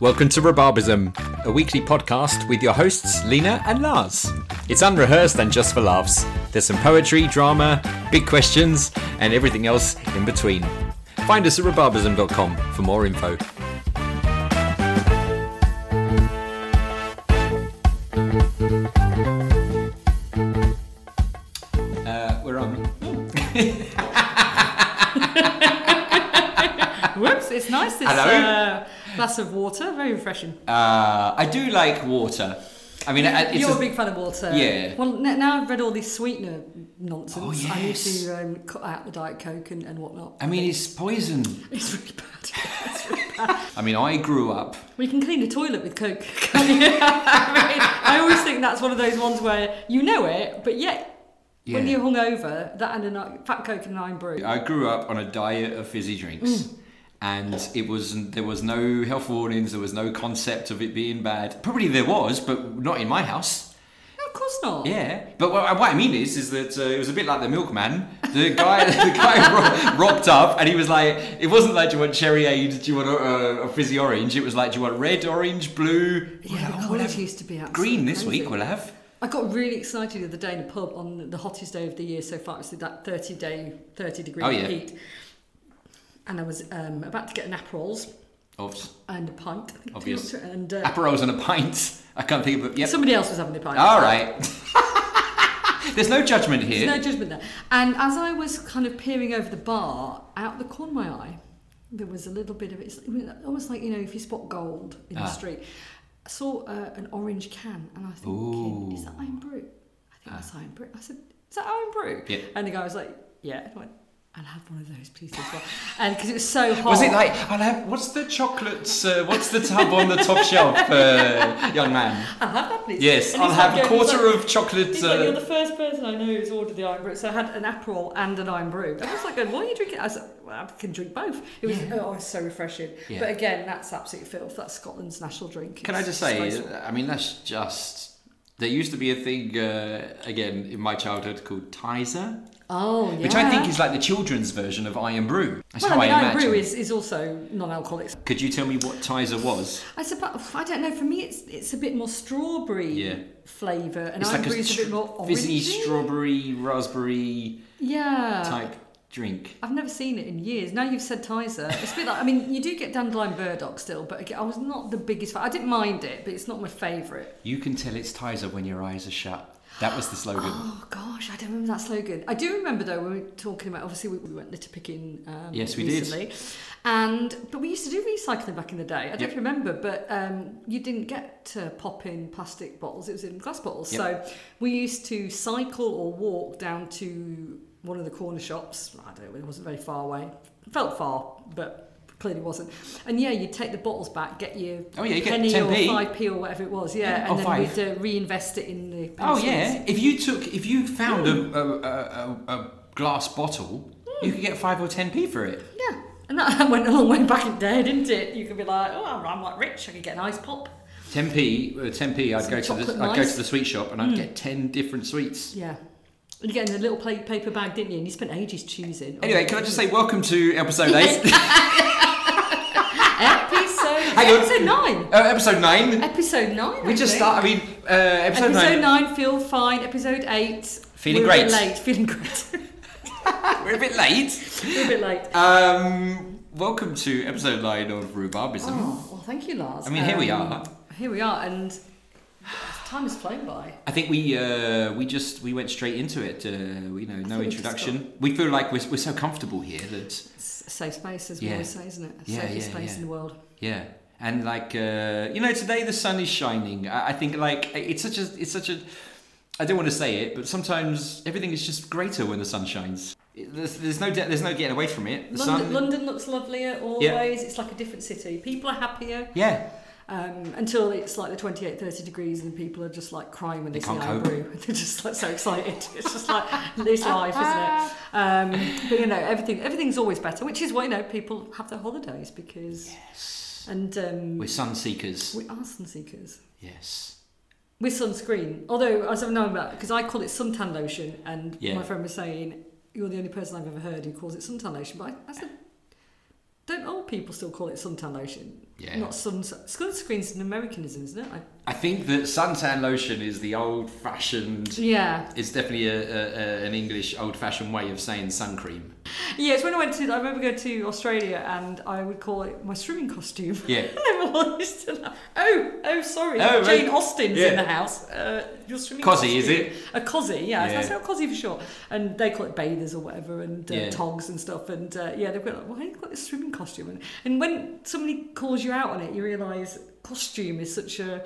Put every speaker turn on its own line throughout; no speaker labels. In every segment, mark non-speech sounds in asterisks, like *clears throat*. Welcome to Rhubarbism, a weekly podcast with your hosts Lena and Lars. It's unrehearsed and just for laughs. There's some poetry, drama, big questions, and everything else in between. Find us at rhubarbism.com for more info. Uh, we're on.
Whoops, it's nice this
Hello.
uh, glass of water, very refreshing.
Uh, I do like water. I mean, I- Uh, it's
You're a,
a-
big fan of water.
Yeah.
Well, n- now I've read all this sweetener nonsense.
Oh,
I need
yes.
to um, cut out the Diet Coke and, and whatnot.
I mean, it's poison.
It's really bad.
I mean, I grew up.
We can clean a toilet with Coke. can't you? *laughs* I, mean, I always think that's one of those ones where you know it, but yet when
Yeah.
you're hungover, that and a ni- fat Coke and an iron brew.
I grew up on a diet of fizzy drinks,
Mm.
and it was there was no health warnings. There was no concept of it being bad. Probably there was, but not in my house.
No, of course not.
Yeah, but what, I- what I mean is, is that uh, it was a bit like the milkman. The guy, *laughs* the guy ro- rocked up, and he was like, it wasn't like, do you want cherry aid? Do you want a, a fizzy orange? It was like, do you want red, orange, blue?
Yeah, the
We'll- we'll have
colours used to be absolutely
green this week.
amazing.
We'll have.
I got really excited the other day in a pub on the hottest day of the year so far. It was that 30 day, 30 degree
Oh, yeah.
heat. And I was um, about to get an Aperols
Oops.
and a pint. *laughs* I think it
Obvious.
was, And uh,
Aperols and a pint. I can't think of it. Yep. Oh,
somebody else was having a pint.
All right. *laughs* There's no judgment here.
There's no judgment there. And as I was kind of peering over the bar, out the corner of my eye, there was a little bit of it's almost like you know if you spot gold in
Ah.
the street. I saw uh, an orange can, and I was thinking, is that iron brew? I think
Ah.
that's iron brew. I said, is that iron brew?
Yeah.
And the guy was like, yeah. And I went, I'll have one of those, please, as well. And because it was so hot.
Was it like, I'll have, what's the chocolates, uh, what's the tub on the top shelf,
*laughs*
uh, young man?
I'll have that, please.
Yes,
And
I'll
he's
have
like
a
going, he's
quarter
like-
of chocolate.
He's like, you're
Uh,
the first person I know who's ordered the iron brew. So I had an Aperol and an iron brew. I was like, going, why are you drinking? I was like, well, I can drink both. It was oh, it's so refreshing.
Yeah.
But again, that's absolute filth. That's Scotland's national drink.
can I
It's
just say, uh,
disgraceful.
I mean, that's just. There used to be a thing, uh, again, in my childhood called Tizer,
Oh, yeah.
which I think is like the children's version of Iron Brew. That's
Well,
how
I mean,
I
iron
imagine.
brew is, is also non-alcoholic.
Could you tell me what Tizer was?
I suppose I don't know. For me, it's it's a bit more strawberry
Yeah.
flavour, and
it's
iron
like
brew
a
is a bit
str-
more orangey. Uh.
fizzy strawberry, raspberry
yeah
type drink.
I've never seen it in years. Now you've said Tizer, it's a bit like I mean, you do get dandelion burdock still, but again, I was not the biggest fan. I didn't mind it, but it's not my favourite.
You can tell it's Tizer when your eyes are shut. That was the slogan.
Oh gosh, I don't remember that slogan. I do remember though when we were talking about obviously we, we went litter picking. Um,
Yes, we did.
recently, And but we used to do recycling back in the day. I don't know
Yep.
if you remember, but um, you didn't get to pop in plastic bottles. It was in glass bottles.
Yep.
So we used to cycle or walk down to one of the corner shops. I don't know. It wasn't very far away. Felt far, but clearly wasn't. And yeah, you'd take the bottles back, get your
Oh, yeah, you get
penny or
10p.
five p or whatever it was. Yeah,
Yeah,
and
or
then
five.
we'd uh, reinvest it in the.
Oh
pensions.
yeah, if you took if you found a, a, a, a, a glass bottle, you could get five or ten p for it.
Yeah, and that *laughs* went a long way back in there, didn't it? You could be like, oh, I'm, I'm like rich, I could get an ice pop.
Ten p, uh, ten p. I'd
Some
go to the
chocolate
I'd go
mice.
to the sweet shop and I'd get ten different sweets.
Yeah. And you get in the little plate paper bag, didn't you? And you spent ages choosing.
Anyway, can I
*laughs*
just say welcome to episode eight, *laughs*
episode,
Hang on.
episode nine.
uh, episode nine.
Episode nine.
We
I
just
think.
start. I mean, uh, episode, nine.
Episode, nine. Feel fine. Episode eight.
Feeling
we're a bit
great.
late. Feeling great. *laughs*
We're a bit late.
we're a bit late.
Um, welcome to episode nine of Rhubarbism.
Oh, well, thank you, Lars.
I mean, here we
Um,
are.
Here we are, and *sighs* time has flown by.
I think we uh, we just we went straight into it. Uh, you know, no
we just
introduction. We feel like we're, we're so comfortable here that.
It's a safe space, as
Yeah.
we always say, isn't it?
Yeah,
Safest
yeah,
space
yeah.
in the world.
Yeah, and like uh, you know, today the sun is shining. I, I think like it's such a it's such a. I don't want to say it, but sometimes everything is just greater when the sun shines. It- There's, there's no de- there's no getting away from it. The sun.
London, London looks lovelier always.
Yeah.
It's like a different city. People are happier
Yeah,
um, until it's like the 28, 30 degrees and people are just like crying when they,
They
see
can't
our
cope.
brew. *laughs* They're just like so excited. *laughs* It's just like this life, isn't it? Um, but you know, everything everything's always better, which is why you know people have their holidays because and um,
we're sun seekers.
we are sun seekers.
Yes.
With sunscreen, although as I've known about, because I call it suntan lotion, and
Yeah.
my friend was saying you're the only person I've ever heard who calls it suntan lotion. But I, I said, Don't old people still call it suntan lotion?
Yeah.
Not sun. Sunscreen's an Americanism, isn't it? I,
I think that suntan lotion is the old-fashioned.
yeah.
It's definitely a, a, a, an English old-fashioned way of saying sun cream.
Yeah, it's when I went to. I remember going to Australia and I would call it my swimming costume.
Yeah.
*laughs* I never used to that. Oh, oh, sorry.
Oh,
Jane
right.
Austen's
Yeah.
in the house. Uh, your swimming
Cosy, is
costume. A cosy, yeah.
Yeah.
So I said, oh, cosy for sure. And they call it bathers or whatever and uh,
Yeah.
togs and stuff. And uh, yeah, they've got like, why have you got this swimming costume? And, and when somebody calls you out on it, you realise costume is such a.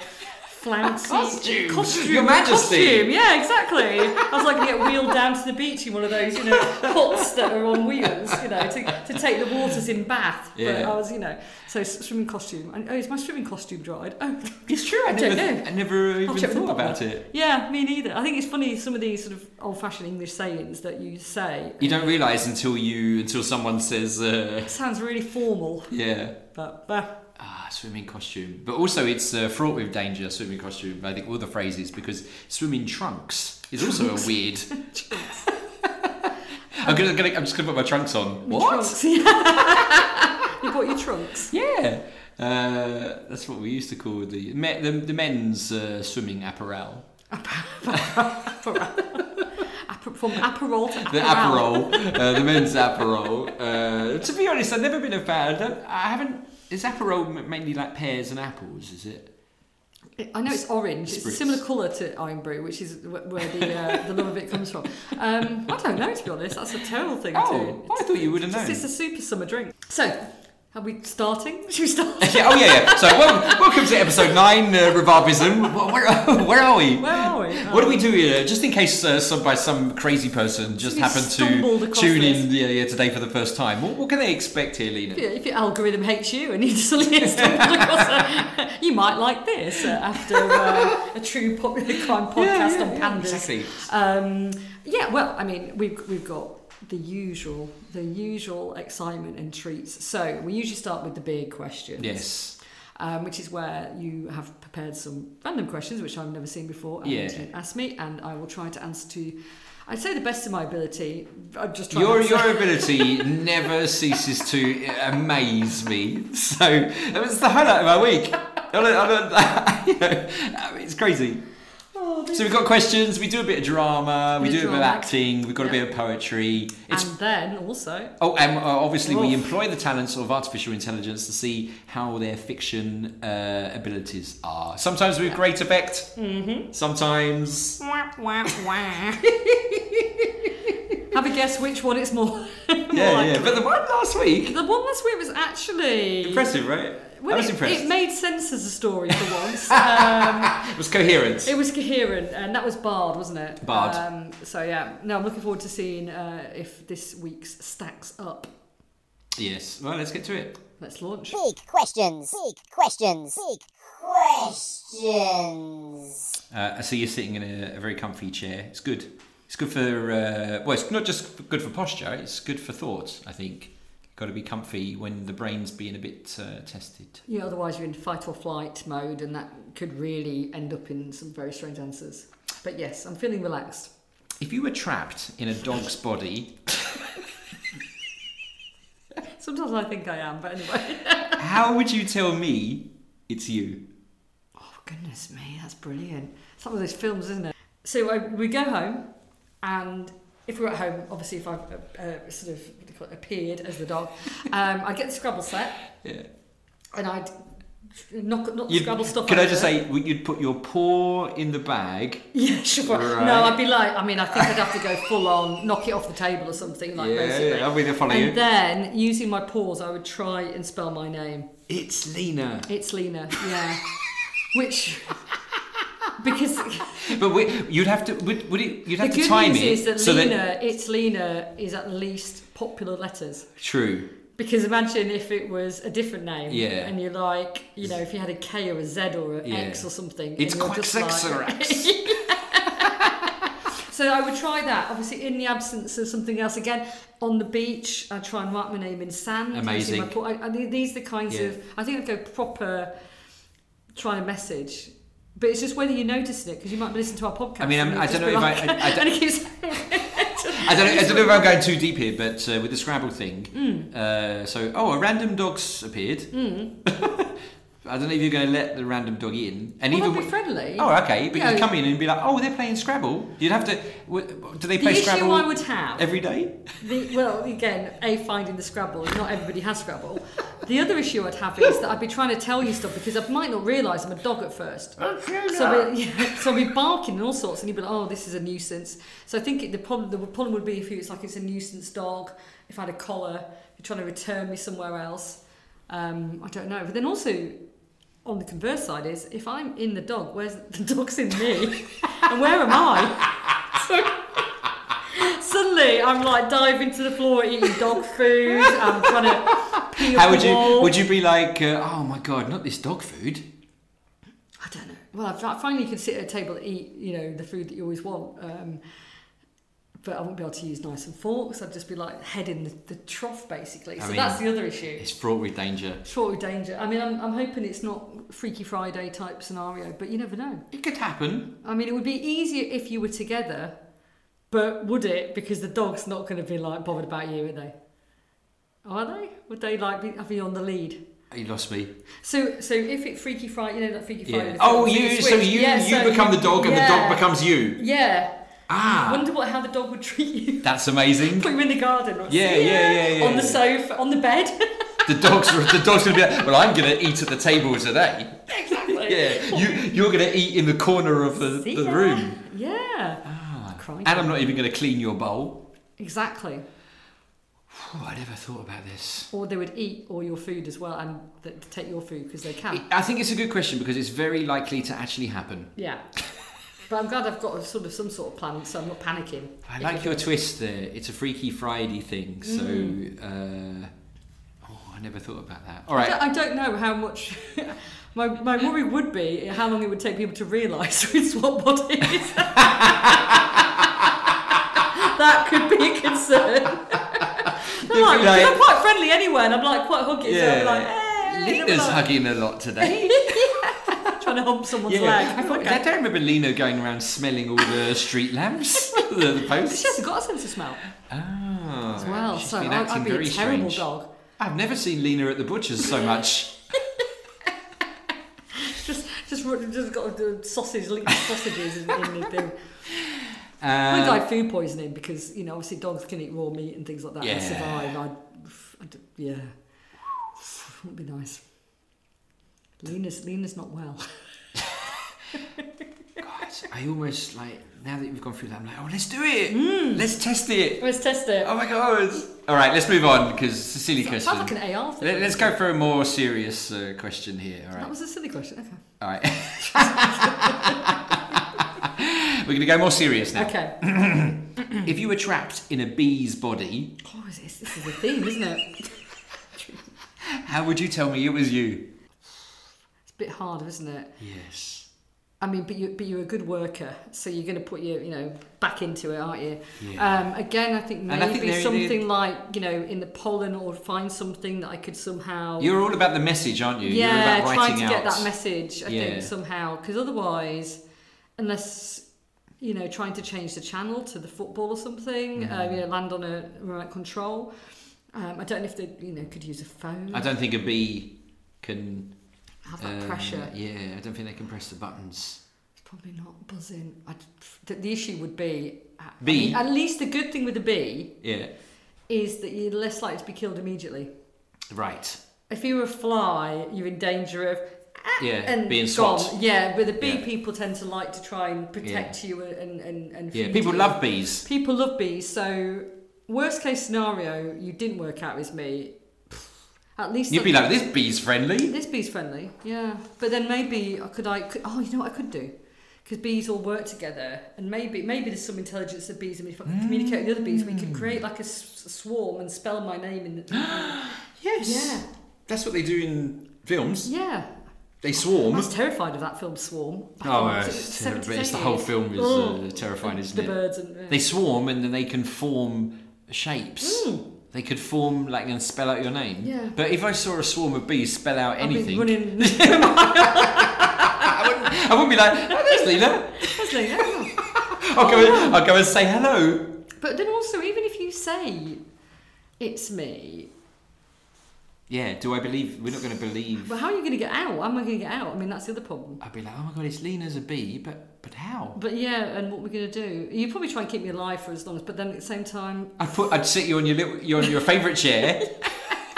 *laughs*
Flouncy
Costume.
costume,
Your Majesty.
costume. Yeah, exactly. I was like, I get wheeled down to the beach in one of those, you know, pots that are on wheels, you know, to, to take the waters in Bath. But
Yeah.
I was, you know, so s- swimming costume. And, oh, is my swimming costume dried? Oh, *laughs* it's true. I,
never,
don't know.
I never even
check the
thought
bottom.
about it.
*laughs* Yeah, me neither. I think it's funny some of these sort of old-fashioned English sayings that you say.
You don't realise until you until someone says, uh,
It sounds really formal,
"Yeah,
but uh, bah.
ah, swimming costume." But also, it's uh, fraught with danger. Swimming costume. I think all the phrases because swimming trunks is also a weird. I'm gonna, gonna- I'm just gonna put my trunks on.
my
What?
trunks. *laughs* you bought your trunks.
Yeah. Uh, that's what we used to call the me, the, the men's uh, swimming apparel.
Aper- from Aperol to Aperol.
The apparel, uh, the men's apparel. Uh, to be honest, I've never been a fan. I, don't, I haven't. Is apparel m- mainly like pears and apples? Is it?
I know it's orange. It's a
Spritz.
similar colour to iron brew, which is wh- where the uh, the love of it comes from. Um, I don't know, to be honest. That's a terrible thing
Oh,
to.
I thought you would have
It's,
known.
it's a super summer drink. So, are we starting? *laughs* Should we start?
Yeah, oh yeah, yeah. So welcome, welcome to episode nine, uh, Rhubarbism. Wh- Where, *laughs* where are we?
Where are we? Oh.
What do we do here? Just in case uh, some by some crazy person just
You
happened
stumbled
to
across
tune
this.
in yeah, yeah, today for the first time. What, what can they expect here, Lena?
If your- If your algorithm hates you and you *laughs* suddenly stumble across a, you might like this uh, after uh, a true pop- *laughs* crime podcast on pandas.
Exactly.
Um, yeah, well, I mean, we've, we've got the usual, the usual excitement and treats. So we usually start with the big questions.
Yes.
Um, which is where you have prepared some random questions which I've never seen before and
Yeah.
you ask me, and I will try to answer to. I'd say the best of my ability. I'm just trying.
Your,
to *laughs*
your ability never ceases to uh, amaze me. So it was the highlight of my week. *laughs* I don't- I don't- *laughs* you know, I mean, it's crazy.
Oh,
So we've got questions. We do a bit of drama. We
Bit
do a
of
bit of
drama.
acting. We've got a
Yeah.
bit of poetry. It's
and then also
oh, and uh, obviously we
Oof.
employ the talents of artificial intelligence to see how their fiction uh, abilities are. Sometimes with great effect. Mm-hmm. Sometimes
have a guess which one it's more. more
yeah,
likely.
yeah. But the one last week,
The one last week was actually
impressive, right?
Well,
I was
it,
impressed.
It made sense as a story for
*laughs*
once. um,
It was coherent.
it was coherent, and that was Bard, wasn't it?
Bard.
Um, so yeah, no, I'm looking forward to seeing uh, if this week's stacks up.
Yes. Well, let's get to it.
Let's launch.
Big questions. Big questions. Big questions.
Uh, I see you're sitting in a, a very comfy chair. It's good. It's good for uh, well, it's not just good for posture. It's good for thought. I think. Got to be comfy when the brain's being a bit uh, tested.
Yeah, otherwise you're in fight or flight mode, and that could really end up in some very strange answers. But yes, I'm feeling relaxed.
If you were trapped in a
*laughs*
dog's body,
Sometimes I think I am, but anyway.
how would you tell me it's you?
Oh, goodness me, that's brilliant. It's like one of those films, isn't it? So I, we go home, and if we're at home, obviously, if I've uh, uh, sort of what do you call it, appeared as the dog, um, I'd get the Scrabble set
Yeah.
and I'd knock, knock the
You'd-
Scrabble stuff
Could I
over.
just say would- you'd put your paw in the bag?
*laughs* Yeah, sure.
Right.
No, I'd be like, I mean, I think I'd have to go full on, knock it off the table or something, like basically.
I'll be there for
and
you.
then, using my paws, I would try and spell my name.
it's
*laughs*
Lena.
It's Lena,
*laughs*
yeah. Which, because
But we, you'd have to. Would, would it? You'd have
the
to
good
time
news
it
is that
so
Lena,
that
it's Lena, is at least popular letters.
true.
Because imagine if it was a different name,
Yeah.
and you're like, you know, if you had a K or a Z or an
Yeah.
X or something,
It's
and you're just like- *laughs*
Quaxorax.
So I would try that. Obviously, in the absence of something else, again on the beach, I try and write my name in sand.
Amazing.
using my paw- I, I, these are the kinds
Yeah.
of. I think I'd go proper, try and message. But it's just whether you notice it because you might listen to our podcast.
I mean, I'm-
and
I
you'll
don't
just
know
be
if I-
like- *laughs*
I- I don't-
and it keeps.
I don't, know, I don't know if I'm going too deep here, but uh, with the Scrabble thing,
Hmm.
uh, so oh, a random dog's appeared. *laughs* I don't know if you're going to let the random dog in, and
Well,
even wi-
that'd be friendly.
Oh, okay, but
Yeah.
you'd come in and be like, oh, they're playing Scrabble. You'd have to. w- Do they
The
play
issue
Scrabble
I would have.
every day?
The, well, again, A, finding the Scrabble. Not everybody has Scrabble. The other issue I'd have is that I'd be trying to tell you stuff because I might not realise I'm a dog at first. So I'd, be, yeah, *laughs* so I'd be barking and all sorts, and you'd be like, oh, this is a nuisance. So I think it, the, problem, the problem would be if you, it's like it's a nuisance dog, if I had a collar, you're trying to return me somewhere else. Um, I don't know. But then also, on the converse side is if I'm in the dog, where's *laughs* the dog's in me, and where am I? So, suddenly, I'm like diving to the floor, eating dog food. I'm trying to peel
How
the
would you?
wall.
Would you be like, uh, oh my god, not this dog food?
I don't know. Well, I fi- finally can sit at a table and eat, you know, the food that you always want. Um, but I wouldn't be able to use knives and forks. I'd just be like head in the, the trough, basically.
I
So
mean,
that's the other issue.
It's fraught with danger.
Short of danger. I mean, I'm, I'm hoping it's not Freaky Friday type scenario, but you never know.
It could happen.
I mean, it would be easier if you were together, but would it? Because the dog's not going to be like bothered about you, are they? Are they? Would they like be, be on the lead?
Oh, You lost me.
So, so if it Freaky Friday, you know that Freaky Friday.
Yeah.
the
Oh,
film,
you. So
switch.
you
Yeah,
you
so
become the dog, and the
yeah.
dog becomes you.
Yeah.
Ah,
Wonder what how the dog would treat you. *laughs*
that's amazing.
Put you in the garden. Right?
Yeah, yeah, yeah, yeah,
On the
yeah.
sofa, on the bed. *laughs*
*laughs* The dog's the dog's gonna be like, well, I'm gonna eat at the table today.
exactly.
Yeah, you you're gonna eat in the corner of the,
See
the
ya.
room, Ah.
Yeah. Crikey.
and I'm not even gonna clean your bowl.
Exactly.
Oh, I never thought about this.
Or they would eat all your food as well and th- take your food because they can.
I think it's a good question because it's very likely to actually happen.
Yeah. But I'm glad I've got a sort of some sort of plan, so I'm not panicking.
I like your twist there. It's a Freaky Friday thing, so. Uh, oh, I never thought about that. All
I
right.
don't- I don't know how much. *laughs* my, my worry would be how long it would take people to realise *laughs* it's what what it is. *laughs* that could be
*laughs*
a concern. They're like,
be like-
they're quite friendly anyway, and I'm like quite huggy. So I'm like,
Yeah.
hey,
Lena's
*laughs* like,
hugging a lot today.
trying to hump someone's leg.
I, thought, I don't remember Lena going around smelling all the street lamps, *laughs* the, the
She
posts.
hasn't got a sense of smell
Oh,
as well,
she's
so
been
I'd,
acting
I'd be a
very
terrible
strange.
dog.
I've never seen Lena at the butcher's
*laughs*
so much.
Just, just, run- just got the sausage, linked sausages
*laughs*
in, in the thing. I
Um,
died food poisoning because you know obviously dogs can eat raw meat and things like that and
Yeah.
survive. I'd, I'd, yeah, wouldn't be nice. Lena's Lena's not well.
God, I almost like now that you've gone through that, I'm like, oh, let's do it.
Mm.
Let's test it.
*laughs* Let's test it.
Oh my god! All right, let's move on because it's a silly
Sounds
question.
like an AR thing.
Let, us go for a more serious uh, question here. All
That
right,
was a silly question. Okay.
all right. *laughs* We're going to go more serious now. *laughs*
Okay. Mm-hmm.
If you were trapped in a bee's body,
Oh, is this, this is a theme, isn't it? It's
how would you tell me it was you?
a bit harder, isn't it?
Yes.
I mean, but you but you're a good worker, so you're going to put your you know back into it, aren't you?
Yeah.
Um, again, I think
And
maybe
I think there-
something like you know in the pollen or find something that I could somehow.
You're all about the message, aren't you?
yeah,
You're about
trying
writing
to
out.
get that message. I
Yeah.
think somehow, because otherwise, unless you know, trying to change the channel to the football or something, uh,
Mm-hmm.
you know, land on a remote control. Um, I don't know if they, you know, could use a phone.
I don't think a bee can.
have that
uh,
pressure.
Yeah, I don't think they can press the buttons.
It's probably not buzzing. I'd, the, the issue would be. I
Bee.
mean, at least the good thing with a bee
Yeah.
is that you're less likely to be killed immediately.
Right.
If you were a fly, you're in danger of ah,
Yeah,
and
being
gone.
swapped.
Yeah, but the bee
Yeah.
people tend to like to try and protect you and and and
Yeah.
feed
People
you.
love bees.
people love bees. So worst case scenario, you didn't work out with me. At least
You'd
I-
be like, this bee's friendly.
this bee's friendly, yeah. But then maybe I could I could, oh you know what I could do because bees all work together and maybe maybe there's some intelligence that bees and if I can communicate with the other bees we
Mm.
could create like a, s- swarm and spell my name in the
*gasps* Yes.
Yeah.
That's what they do in films.
yeah.
They
I
swarm.
was terrified of that film Swarm. back
Oh,
in-
it's
was it
terrible.
70s,
It's the whole film is,
80s?
uh, terrifying,
And
isn't
Oh, the
it?
birds and uh, yeah.
They swarm and then they can form shapes. They could form like and spell out your name.
Hmm. Yeah.
But if I saw a swarm of bees spell out
I've been
anything,
running.
I, wouldn't, *laughs* I wouldn't be like, oh, there's Lena.
Honestly, Oh, yeah.
I'll go, and, I'll go and say hello.
But then also, say it's me.
Yeah, do I believe? We're not going to believe.
Well, how are you going to get out? How am I going to get out? I mean, that's the other problem.
I'd be like, oh my god, it's lean as a bee, but but how?
But yeah, and what we're going to do? You probably try and keep me alive for as long as, but then at the same time,
I'd put, I'd sit you on your little, your your favourite chair. *laughs*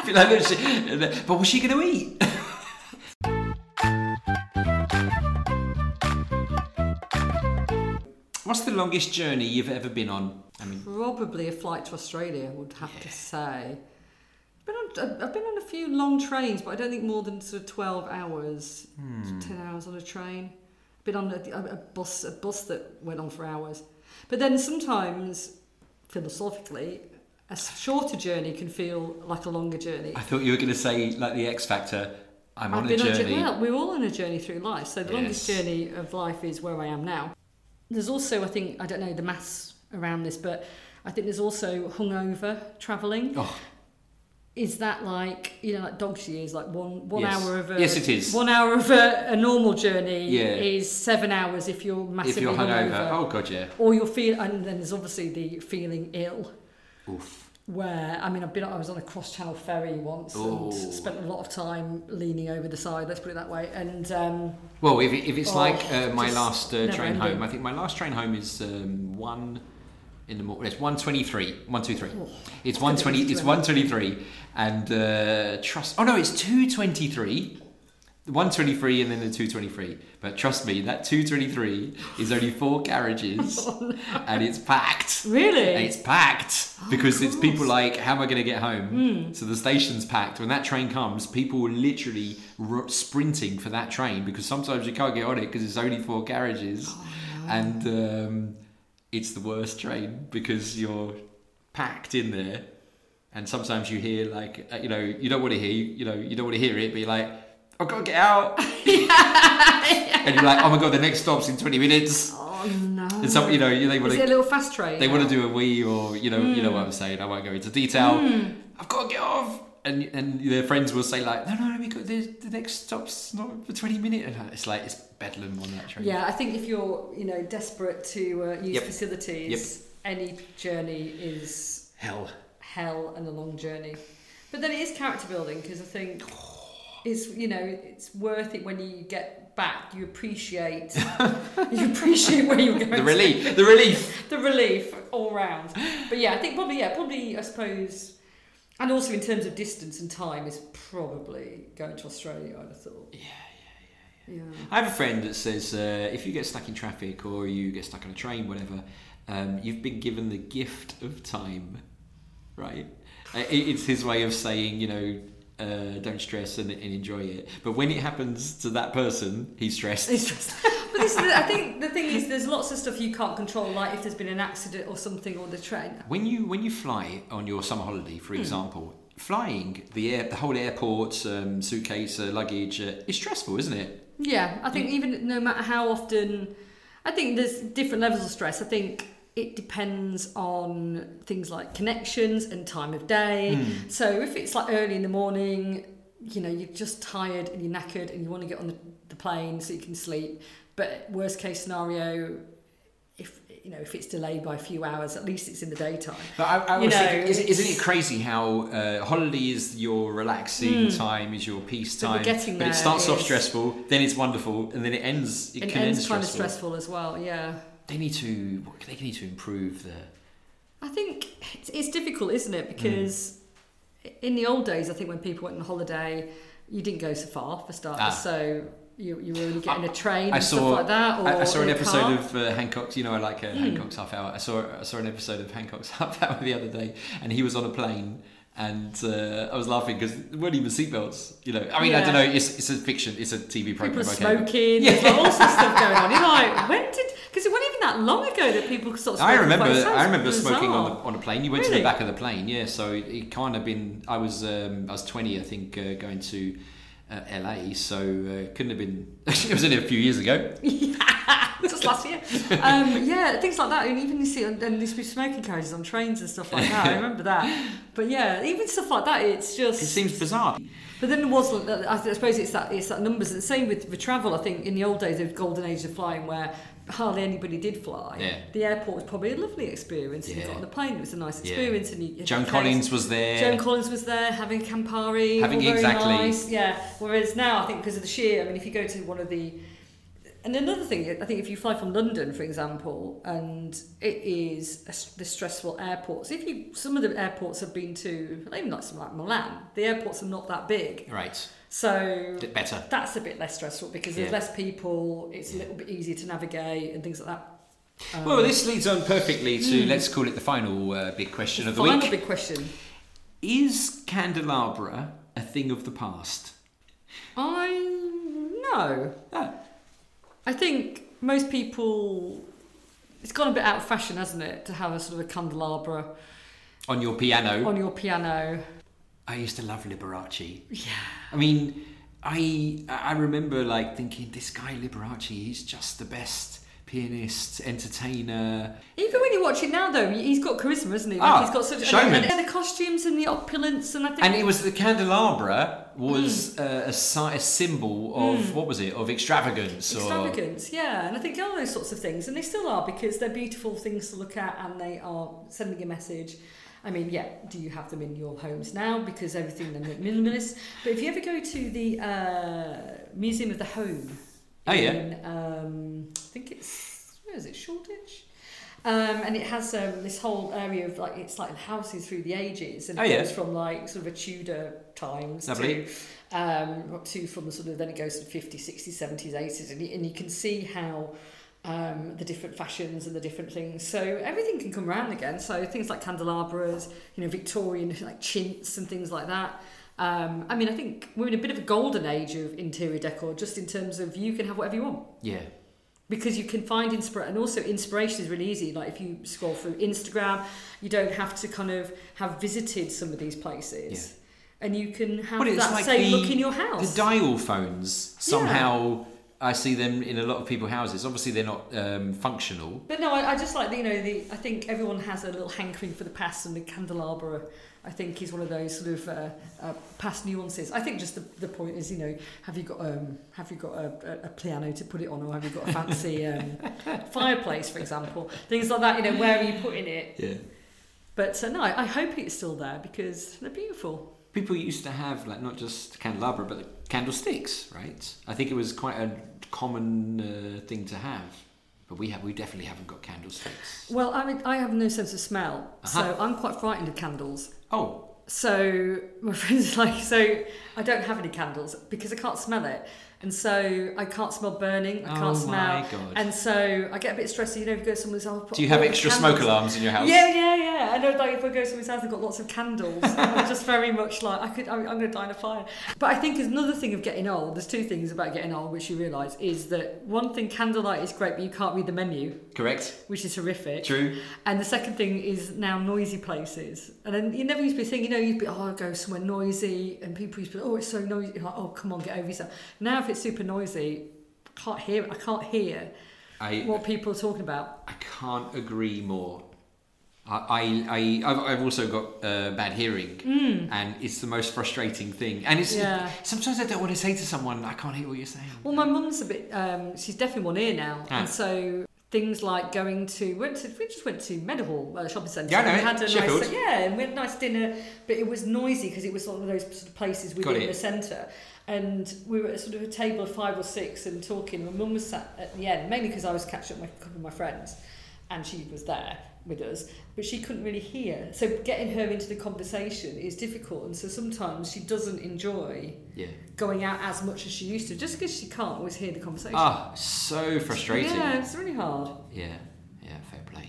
Be like, "Look, she- but what's she going to eat? *laughs* What's the longest journey you've ever been on? I mean,
probably a flight to Australia. I would have to say. Been on, I've been on a few long trains, but I don't think more than sort of twelve hours, ten hours on a train. Been on a, a bus, a bus that went on for hours. But then sometimes, philosophically, a shorter journey can feel like a longer journey.
I thought you were going to say like the X Factor. I'm on
I've
a
been on a jour-
journey.
well, we're all on a journey through life. So the longest
Yes.
journey of life is where I am now. There's also, I think, I don't know the maths around this, but I think there's also hungover travelling.
Oh.
Is that like you know, like dog's years, like one one
Yes.
hour of a
Yes, it is.
one hour of a, a normal journey
Yeah.
is seven hours if you're massively
if you're hungover, oh god, yeah.
or you're feel and then there's obviously the feeling ill.
Oof.
where I mean I've been I was on a cross channel ferry once
Ooh.
and spent a lot of time leaning over the side let's put it that way and um,
Well, if, it- if it's
Oh,
like uh, my
just
last uh,
never
train
ending.
home, I think my last train home is um, one in the morning. It's one twenty three. One two three.
Oh,
it's one twenty. It's one twenty three. And uh, trust. Oh no, it's two twenty three. One twenty three and then the two twenty three. But trust me, that two twenty three is only four
*laughs*
carriages,
Oh,
and it's packed.
really
And it's
*gasps*
packed because it's
Oh, course. Hmm.
people like, how am I going to get home? So the station's packed. When that train comes, people were literally r- sprinting for that train because sometimes you can't get on it because it's only four carriages,
Oh,
and um, it's the worst train because you're packed in there. And sometimes you hear like, uh, you know, you don't want to hear, you know, you don't want to hear it, but you're like, I've got to get
*laughs*
out. And you're like, oh my god, the next stop's in 20 minutes.
oh no
And some, you know, you- they want
is
to
it a little fast train
they want to do a wee or you know you know what I'm saying. I won't go into detail. I've got to get off. And, and their friends will say like, no, no, no, we got, the, the next stop's not for 20 minutes. And it's like, it's bedlam on that train.
yeah I think if you're you know desperate to uh, use
Yep.
facilities any journey is
Hell.
hell and a long journey. But then it is character building because I think it's you know it's worth it when you get back. You *laughs* appreciate you appreciate where you're going.
The
to.
relief. The relief.
the relief all round. But yeah, I think probably yeah probably I suppose, and also in terms of distance and time is probably going to Australia. I'd have thought. Yeah, yeah, yeah. yeah.
I have a friend that says uh, if you get stuck in traffic or you get stuck on a train, whatever, um, you've been given the gift of time, right? Uh, it- It's his way of saying, you know, uh, don't stress and, and enjoy it. But when it happens to that person, he's stressed.
It's just- but this, is the- I think the thing is, there's lots of stuff you can't control, like if there's been an accident or something or the train.
When you when you fly on your summer holiday,
Hmm.
for example, flying the air, the whole airport, um, suitcase, uh, luggage, uh, is stressful, isn't it?
Yeah, I think even no matter how often, I think there's different levels of stress. I think it depends on things like connections and time of day.
Hmm.
So if it's like early in the morning, you know, you're just tired and you're knackered and you want to get on the, the plane so you can sleep. But worst case scenario, if you know if it's delayed by a few hours, at least it's in the daytime.
But I, I
You
was
know,
thinking, is,
it's-
isn't it crazy how uh, holiday is your relaxing time, is your peace
Hmm. But we're
time,
getting
but it
there,
starts off
yes.
stressful, then it's wonderful, and then it ends. It,
It
can
ends
end
kind of
stressful.
stressful as well. Yeah.
They need to. what- They need to improve the.
I think it's, it's difficult, isn't it? Because in the old days, I think when people went on holiday, you didn't go so far for starters,
Ah.
so you, you were only getting a train
I
and
saw.
stuff like that. Or
I, I saw
in
an
a
episode
car.
of
Hmm.
uh, Hancock's. You know, I like uh, Hancock's half hour. I saw. I saw an episode of Hancock's *laughs* half hour the other day, and he was on a plane, and uh, I was laughing because there weren't even seatbelts. You know, I mean, I
Yeah.
don't know. It's, it's a fiction. It's a TV
people
program.
are
okay.
smoking. There's like all sorts of stuff going on. You're like, when did? Because it wasn't even that long ago that people sort of.
I
smoking
remember.
quite- it sounds
I remember smoking on the
bizarre. *laughs*
on a plane. You went to
Really?
the back of the plane, yeah. So it, it kind of been. I was um, I was twenty, I think, uh, going to uh, LA. So uh, couldn't have been. *laughs* it was only a few years ago.
just last year. Um, yeah, things like that. And even you see, and there used to be smoking carriages on trains and stuff
*laughs*
like that. I remember that. But yeah, even stuff like that, it's just.
It seems bizarre.
But then there was, uh, I suppose it's that it's that numbers. And the same with, with travel. I think in the old days, the golden age of flying, where hardly anybody did fly.
Yeah.
The airport was probably a lovely experience. and You
Yeah.
got on the plane, it was a nice
Yeah.
experience. And you,
Joan
you-
Collins was there.
Joan Collins was there having Campari,
Having-
all very
exactly.
nice. Yeah. Whereas now, I think because of the sheer, I mean, if you go to one of the, and another thing, I think if you fly from London, for example, and it is a s the stressful airports. If you, some of the airports have been to, even like some like Milan, the airports are not that big,
Right.
so
Bit better.
that's a bit less stressful because there's
Yeah.
less people. It's a little bit easier to navigate and things like that.
well, this leads on perfectly to let's call it the final uh, big question of the
Hmm. Final
week.
big question.
Is candelabra a thing of the past?
I no.
No.
I think most people. It's gone a bit out of fashion, hasn't it, to have a sort of a candelabra
On your piano.
on your piano?
I used to love Liberace. Yeah. I mean, I I remember like thinking this guy Liberace, he's just the best pianist, entertainer.
Even when you watch it now, though, he's got charisma, hasn't he?
Ah,
he's got such
showman.
and, and the costumes and the opulence, and I think
And it was the candelabra was
Hmm.
uh, a, si- a symbol of what was it? Of extravagance. Or,
extravagance, yeah. And I think all those sorts of things, and they still are because they're beautiful things to look at, and they are sending a message. I mean, yeah, do you have them in your homes now? Because everything they're minimalist. But if you ever go to the uh, Museum of the Home,
Oh, yeah.
in, um, I think it's where is it Shoreditch. Um, and it has um, this whole area of like it's like houses through the ages, and it
Oh, yeah.
goes from like sort of a Tudor times
Lovely.
to um, to from the sort of then it goes to 50s, 60s, 70s, 80s, and you, and you can see how um, the different fashions and the different things. So everything can come around again. So things like candelabras, you know, Victorian like chintz and things like that. Um, I mean, I think we're in a bit of a golden age of interior decor, just in terms of you can have whatever you want
yeah.
because you can find inspiration and also inspiration is really easy like if you scroll through instagram you don't have to kind of have visited some of these places and you can have
But it's
that
like
same
the,
look in your house
The dial phones somehow I see them in a lot of people's houses. Obviously, they're not um, functional.
but no I, I just like the, you know the i think everyone has a little hankering for the past and the candelabra i think is one of those sort of uh, uh, past nuances i think just the, the point is you know have you got um have you got a, a, a piano to put it on or have you got a fancy um, *laughs* fireplace for example things like that you know where are you putting it
Yeah.
But uh, no, I I hope it's still there because they're beautiful.
People used to have like not just candelabra, but like, candlesticks, right? I think it was quite a common uh, thing to have. But we have, we definitely haven't got candlesticks.
Well, I mean, I have no sense of smell,
Uh-huh.
so I'm quite frightened of candles.
Oh,
So *laughs* my friends are like, so I don't have any candles because I can't smell it, and so I can't smell burning. I
Oh
can't smell,
my God.
and so I get a bit stressed. You know, if you go somewhere, I'll put
do you have
all the
extra
Oh, candles.
smoke alarms in your house?
Yeah, yeah, yeah. I know, like, if I go somewhere else, I've got lots of candles. I'm just very much like, I could, I'm, I'm going to die in a fire. But I think there's another thing of getting old. There's two things about getting old, which you realise, is that one thing, candlelight is great, but you can't read the menu,
Correct.
which is horrific.
True.
And the second thing is now noisy places. And then you never used to be thinking, you know, you'd be, oh, I'll go somewhere noisy. And people used to be, oh, it's so noisy. You're like, oh, come on, get over yourself. Now, if it's super noisy, I can't hear, I can't hear
I
what people are talking about.
I can't agree more. I, I, I I've, I've also got uh, bad hearing, and it's the most frustrating thing. And it's
Mm. Yeah.
sometimes I don't want to say to someone, I can't hear what you're saying.
Well, my mum's a bit. Um, she's deaf in one ear now,
Ah.
and so things like going to went to we just went to Meadowhall uh, shopping centre.
Yeah, I
and
know
we
it,
had a
Sheffield.
nice yeah, and we had a nice dinner, but it was noisy because it was one of those sort of places
Got
within
it.
the centre. And we were at sort of a table of five or six and talking. My mum was sat at the end, mainly because I was catching up with a couple of my friends, and she was there with us, but she couldn't really hear. So getting her into the conversation is difficult, and so sometimes she doesn't enjoy
Yeah.
going out as much as she used to, just because she can't always hear the conversation.
Ah, so frustrating.
Yeah, it's really hard.
yeah, yeah, fair play.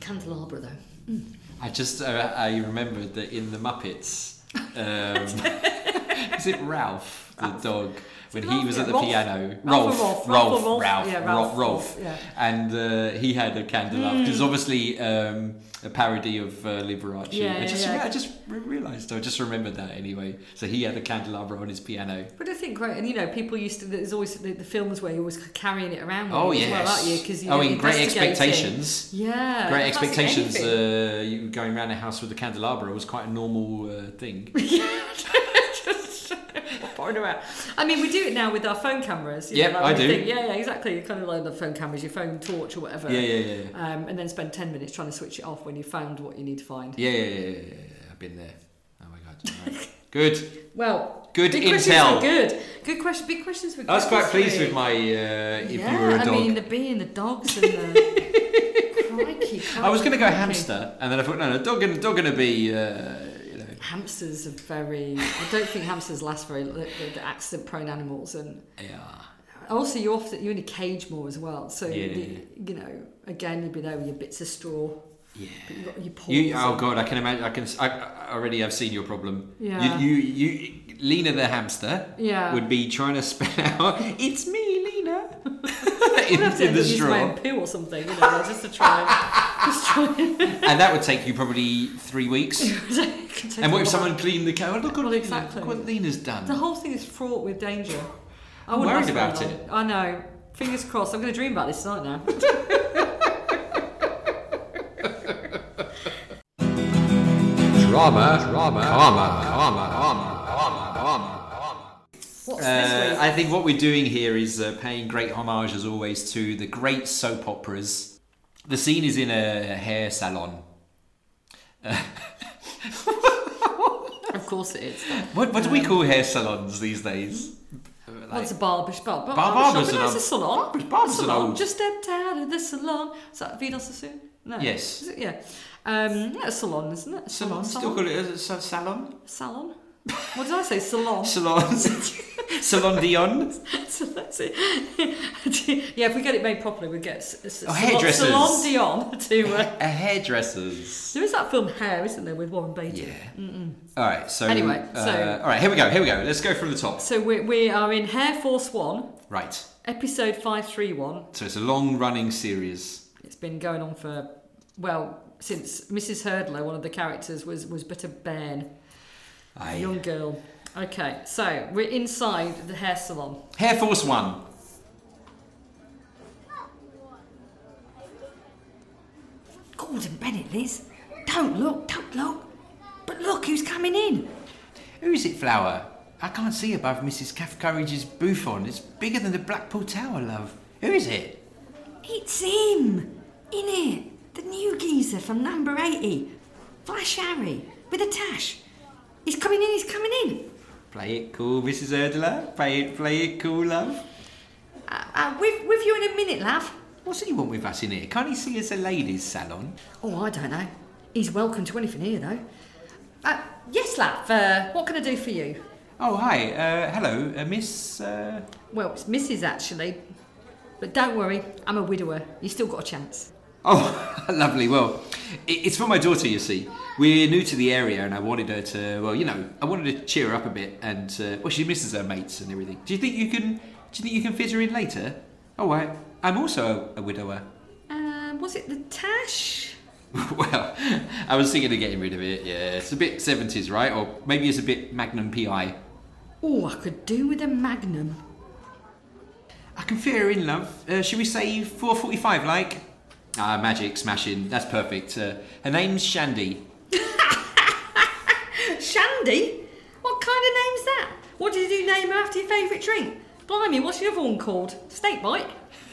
Candelabra, though.
I just uh, I remembered that in the Muppets,
*laughs*
um, is it Ralph the dog when he was at the
Ralph.
piano? Rolf,
Ralph or Rolf?
Rolf,
Ralph or Rolf?
Ralph,
Yeah,
Rolf,
Ralph,
Rolf,
Rolf, yeah.
and uh, he had a candelabra
Hmm.
because obviously um, a parody of uh, Liberace.
Yeah,
I
yeah,
just
yeah.
I just re- realised I just remembered that anyway. So he had a candelabra on his piano.
But I think, right, and you know, people used to, there's always the, the films where you're always carrying it around with
Oh
you as well,
yes,
aren't you? Because you
oh,
know,
in Great
investigating.
Expectations.
Yeah.
Great
that's in
expectations.
anything. *laughs*
Uh, you going
*laughs*
around a house with a candelabra was quite a normal uh, thing.
pouring them out. I mean, we do it now with our phone cameras. you
Yep, I
we
do.
think- yeah, yeah, exactly. You kind of like the phone cameras, your phone torch or whatever.
Yeah, yeah, yeah,
Um, and then spend 10 minutes trying to switch it off when you found what you need to find.
Yeah, yeah, yeah, yeah, yeah, yeah. I've been there. Oh my god. All
*laughs*
right. Good.
Well,
Good
big questions
intel.
were good. Good question. Big questions were good.
I was quite
this
pleased
week.
with my. Uh, if
yeah,
you were a dog.
I mean, the bee and the dogs and the. Crikey,
*laughs* I was going to go
crikey.
hamster, and then I thought, no, no, dog and dog going to be, uh, you know,
Hamsters are very. I don't think hamsters last very. They're, they're accident-prone animals, and
yeah.
also you often you're in a cage more as well. So
Yeah.
the, you know, again, you'd be there with your bits of straw.
Yeah.
But you got your paws.
You, oh
*laughs* and-
god, I can imagine. I can. I, I already have seen your problem.
Yeah.
You, you, you, Lena the hamster.
Yeah.
Would be trying to spell *laughs* out. It's me,
*laughs*
Lena.
I'd
in,
have to
in the
use my own
straw,
poo or something, you know, just to try. *laughs*
*laughs*
just try.
and that would take you probably three
*laughs*
weeks. and what if someone cleaned the car? Look what,
Well,
Lena-
exactly.
look what Lena's done.
The whole thing is fraught with danger. I
I'm
wouldn't
worried
last very
about
long. I know. Fingers crossed. I'm going to dream about this tonight now.
drama, drama, drama, drama, drama, drama,
What's
Uh,
this week?
I think what we're doing here is uh, paying great homage, as always, to the great soap operas. The scene is in a hair salon.
Of course it is.
What, what do
Um,
we call hair salons these days?
What's a barber shop? Bar-
Bar-
barber
barber's
shop.
an
No, it's a
old-
salon.
barber's- barber's an
salon.
old-
Just stepped out of the salon. Is that Vida Sassoon? No.
Yes.
Is it? Yeah. Um, yeah, a salon, isn't it? A
Salon? Still
Salon.
call it a sa- salon?
salon. What did I say? Salon.
Salon. salon Dion?
*laughs* so that's it. *laughs* yeah, if we get it made properly, we get s- s-
Oh,
salon,
hairdressers.
salon Dion to. Uh,
A hairdresser's.
there is that film Hair, isn't there, with Warren Beatty?
Yeah. All right, so.
Anyway,
uh,
so-
all right, here we go, here we go. Let's go from the top.
So we, we are in Hair Force One,
Right.
episode 531.
So it's a long running series.
It's been going on for, well, since Mrs. Hurdler, one of the characters, was, was but a bairn, a
Aye.
young girl. Okay, so we're inside the hair salon.
Hair Force One.
Gordon Bennett, Liz. Don't look, don't look. But look who's coming in.
Who is it, Flower? I can't see above Mrs. Caff Courage's buffon. It's bigger than the Blackpool Tower, love. Who is it?
It's him, in it, the new geezer from number 80, Flash Harry, with a tash. He's coming in, he's coming in.
Play it cool, Mrs. Erdler. Play it, play it cool, love.
Uh, uh, with, with you in a minute, love.
What's he want with us in here? Can't he see us a ladies' salon?
Oh, I don't know. He's welcome to anything here, though. Uh, yes, lad. Uh, what can I do for you?
Oh, hi. Uh, hello, uh, Miss. Uh...
Well, it's Mrs. actually. But don't worry, I'm a widower. You still got a chance.
Oh, *laughs* lovely. Well, i- it's for my daughter, you see. We're new to the area, and I wanted her to. Well, you know, I wanted to cheer her up a bit, and uh, well, she misses her mates and everything. Do you think you can? Do you think you can fit her in later? Oh, I, I'm also a, a widower. *laughs*
Um, was it the Tash?
Well, I was thinking of getting rid of it. Yeah, it's a bit seventies, right? Or maybe it's a bit Magnum PI.
Oh, I could do with a Magnum.
I can fit her in, love. Uh, should we say four forty-five? Like, ah, magic smashing. That's perfect. Uh, her name's Shandy.
Shandy? What kind of name's that? What did you name her after your favourite drink? Blimey, what's your other one called? Steak bite?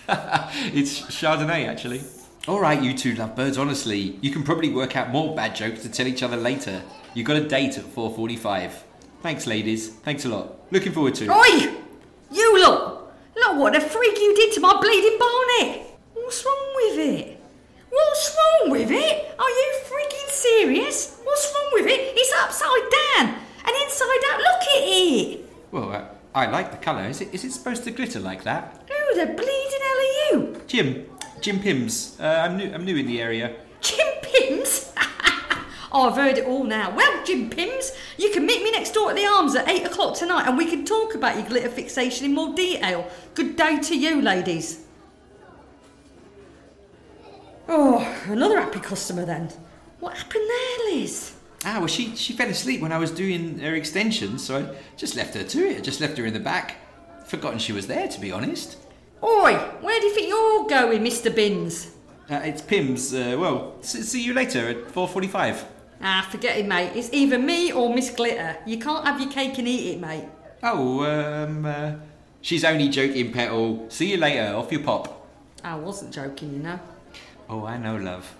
it's Chardonnay, actually. All right, you two lovebirds. Honestly, you can probably work out more bad jokes to tell each other later. You got a date at four forty-five. Thanks, ladies. Thanks a lot. Looking forward to. it.
Oi! You look! Look what a freak you did to my bleeding bonnet! What's wrong with it? What's wrong with it? Are you freaking serious? What's wrong with it? It's upside down and inside out. Look at it!
Well, uh, I like the colour. Is it? Is it supposed to glitter like that?
Who the bleeding hell are you?
Jim, Jim Pims. Uh, I'm new. I'm new in the area.
Jim Pims? *laughs* Oh, I've heard it all now. Well, Jim Pims, you can meet me next door at the Arms at 8 o'clock tonight and we can talk about your glitter fixation in more detail. Good day to you, ladies. Oh, another happy customer then. What happened there, Liz?
Ah, well, she she fell asleep when I was doing her extensions, so I just left her to it. I just left her in the back. Forgotten she was there, to be honest.
Oi, where do you think you're going, Mr. Bins?
Uh, it's Pims. Uh, well, s- see you later at four forty-five.
Ah, forget it, mate. It's either me or Miss Glitter. You can't have your cake and eat it, mate.
Oh, um, uh, she's only joking, Petal. See you later. Off you pop.
I wasn't joking, you know.
Oh, I know, love.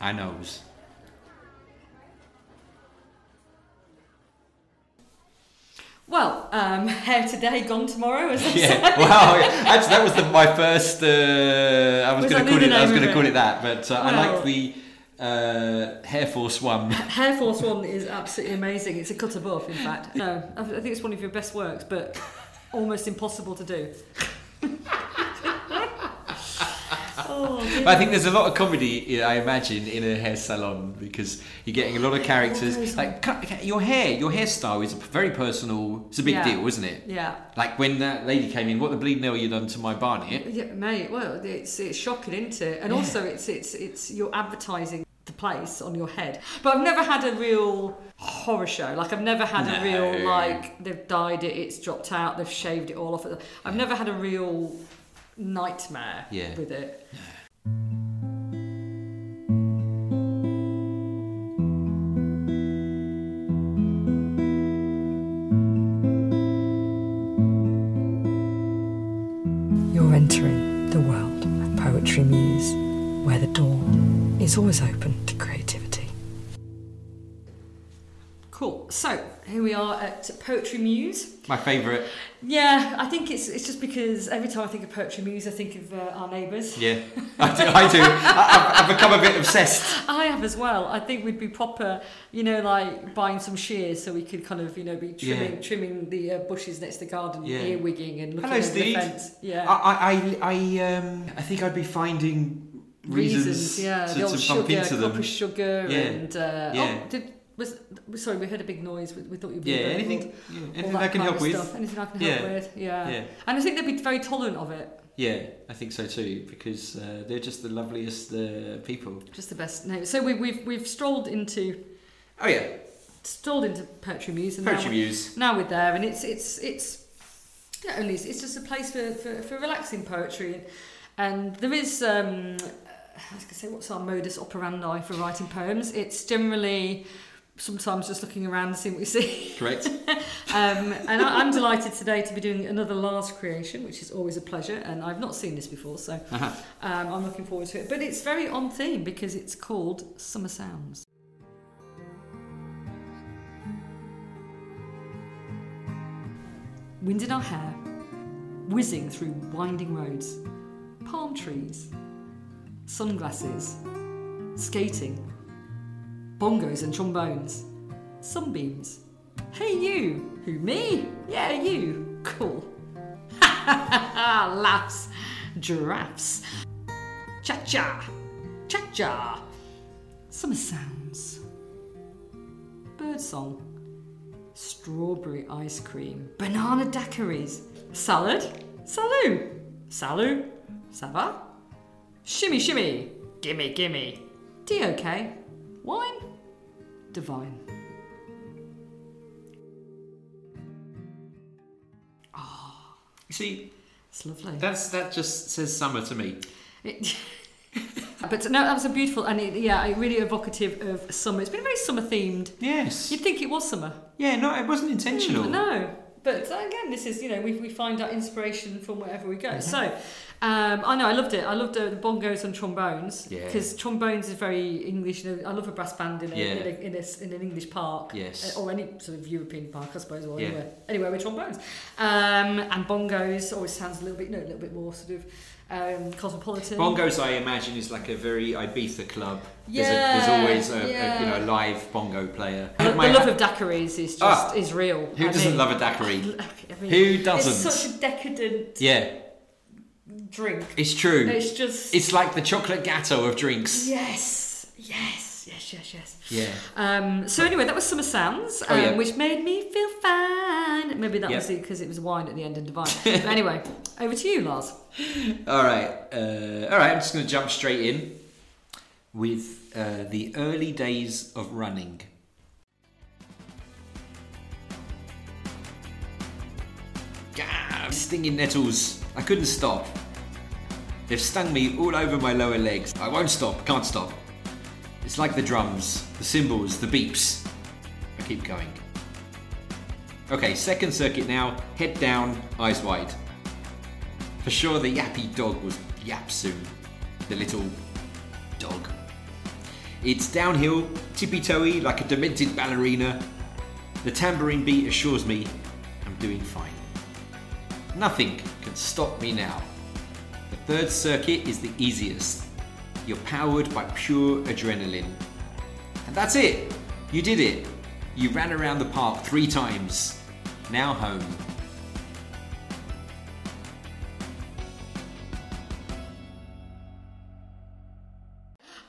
I knows. *laughs*
Well, um, *laughs* hair today, gone tomorrow. Is that
Yeah. wow. Actually, that was the, my first. Uh, I was,
Was
going
that
to call
the
it. I was
name
going to
of
call
it?
it that, but uh, I like
Well-
the uh, Hair Force One. *laughs*
Hair Force One is absolutely amazing. It's a cut above, in fact. No, I I think it's one of your best works, but almost impossible to do. oh, dear.
But I think there's a lot of comedy, I imagine, in a hair salon because you're getting a lot of characters.
those-
Like cut- your hair, your hairstyle is a very personal. It's a big
Yeah.
deal, isn't it?
yeah.
Like when that lady came in, what the bleeding hell you done to my barnet?
Yeah, mate. Well, it's it's shocking, isn't it? And also, it's it's it's you're advertising the place on your head. But I've never had a real horror show. Like I've never had a real
No.
like they've dyed it, it's dropped out, they've shaved it all off. I've never had a real nightmare
Yeah.
with it.
You're entering the world of Poetry Muse, where the door is always open to creativity.
Cool. So here we are at Poetry Muse.
My favourite.
Yeah, I think it's it's just because every time I think of Poetry Muse, I think of uh, our neighbours.
Yeah, I do. I do. I, I've, I've become a bit obsessed.
*laughs* I have as well. I think we'd be proper, you know, like buying some shears so we could kind of, you know, be trimming
Yeah.
trimming the uh, bushes next to the garden,
Yeah.
earwigging and looking
Hello,
over
Steve. Uh,
the fence. Yeah.
I, I, I, I, um, I think I'd be finding reasons,
yeah,
to,
the old
to
sugar,
bump into
cup
them.
of sugar,
Yeah.
and uh,
Yeah.
oh, did was sorry, we heard a big noise. We, we thought you'd be
Yeah,
all-
anything, yeah,
all
anything
that
I can
kind
help
of
with.
stuff. Anything I can help
Yeah.
with, yeah.
Yeah.
And I think they'd be very tolerant of it.
Yeah, I think so too because uh, they're just the loveliest uh, people.
Just the best name. So we, we've we've strolled into
Oh yeah,
strolled into Poetry Muse, and now
poetry
we-
muse.
now we're there and it's it's it's not only it's, it's just a place for, for, for relaxing poetry and, and there is um I was gonna say what's our modus operandi for writing poems it's generally sometimes just looking around and seeing what we see
Correct.
*laughs* um, and I, I'm delighted today to be doing another Lars creation which is always a pleasure and I've not seen this before so
Uh-huh.
um, I'm looking forward to it but it's very on theme because it's called Summer Sounds wind in our hair, whizzing through winding roads, palm trees, sunglasses, skating, bongos and trombones, sunbeams. Hey, you! Who, me? Yeah, you! Cool. *laughs* Laughs. Giraffes. Cha cha! Cha cha! Summer sounds. Bird song strawberry ice cream, banana daiquiris, salad, salut, salut, ça va? Shimmy shimmy, gimme gimme, D-OK, wine, divine.
You see,
It's lovely.
that's that just says summer to me.
It- *laughs* but no, that was a beautiful and it, yeah, it really evocative of summer. It's been very summer themed.
Yes.
You'd think it was summer.
Yeah. No, it wasn't intentional.
Mm, *laughs* no. But again, this is, you know, we, we find our inspiration from wherever we
Mm-hmm.
go. So, um, I know, I loved it. I loved uh, the bongos and trombones.
Yeah.
Because trombones is very English. You know, I love a brass band in, a,
Yeah.
in, a, in, a s in an English park.
Yes.
uh, or any sort of European park, I suppose, or
Yeah.
anywhere, anywhere with trombones. Um, and bongos always sounds a little bit, you know, a little bit more sort of um, cosmopolitan.
Bongos, I imagine, is like a very Ibiza club. there's, a,
Yeah,
there's always a, a you
yeah.
know live bongo player.
The, the
My-
love of daiquiris is just,
Ah,
is real.
who
I
doesn't
mean-
love a daiquiri?
*laughs* I mean,
Who
It's
doesn't?
such a decadent
Yeah,
drink.
it's true.
It's just.
It's like the chocolate gatto of drinks.
yes, yes, yes, yes, yes.
Yeah.
Um, so anyway, that was Summer Sounds, um,
Oh, yeah.
which made me feel fine. Maybe that
Yeah.
was because it was wine at the end
*laughs*
and divine. but anyway, over to you, Lars.
All right, uh, all right. I'm just going to jump straight in with uh, the early days of running. Gah, stinging nettles. I couldn't stop. They've stung me all over my lower legs. I won't stop. Can't stop. It's like the drums, the cymbals, the beeps. I keep going. Okay, second circuit now, head down, eyes wide. For sure, the yappy dog was Yapsu, the little dog. It's downhill, tippy toey like a demented ballerina. The tambourine beat assures me I'm doing fine. Nothing can stop me now. The third circuit is the easiest. You're powered by pure adrenaline. And that's it! You did it! You ran around the park three times. Now home.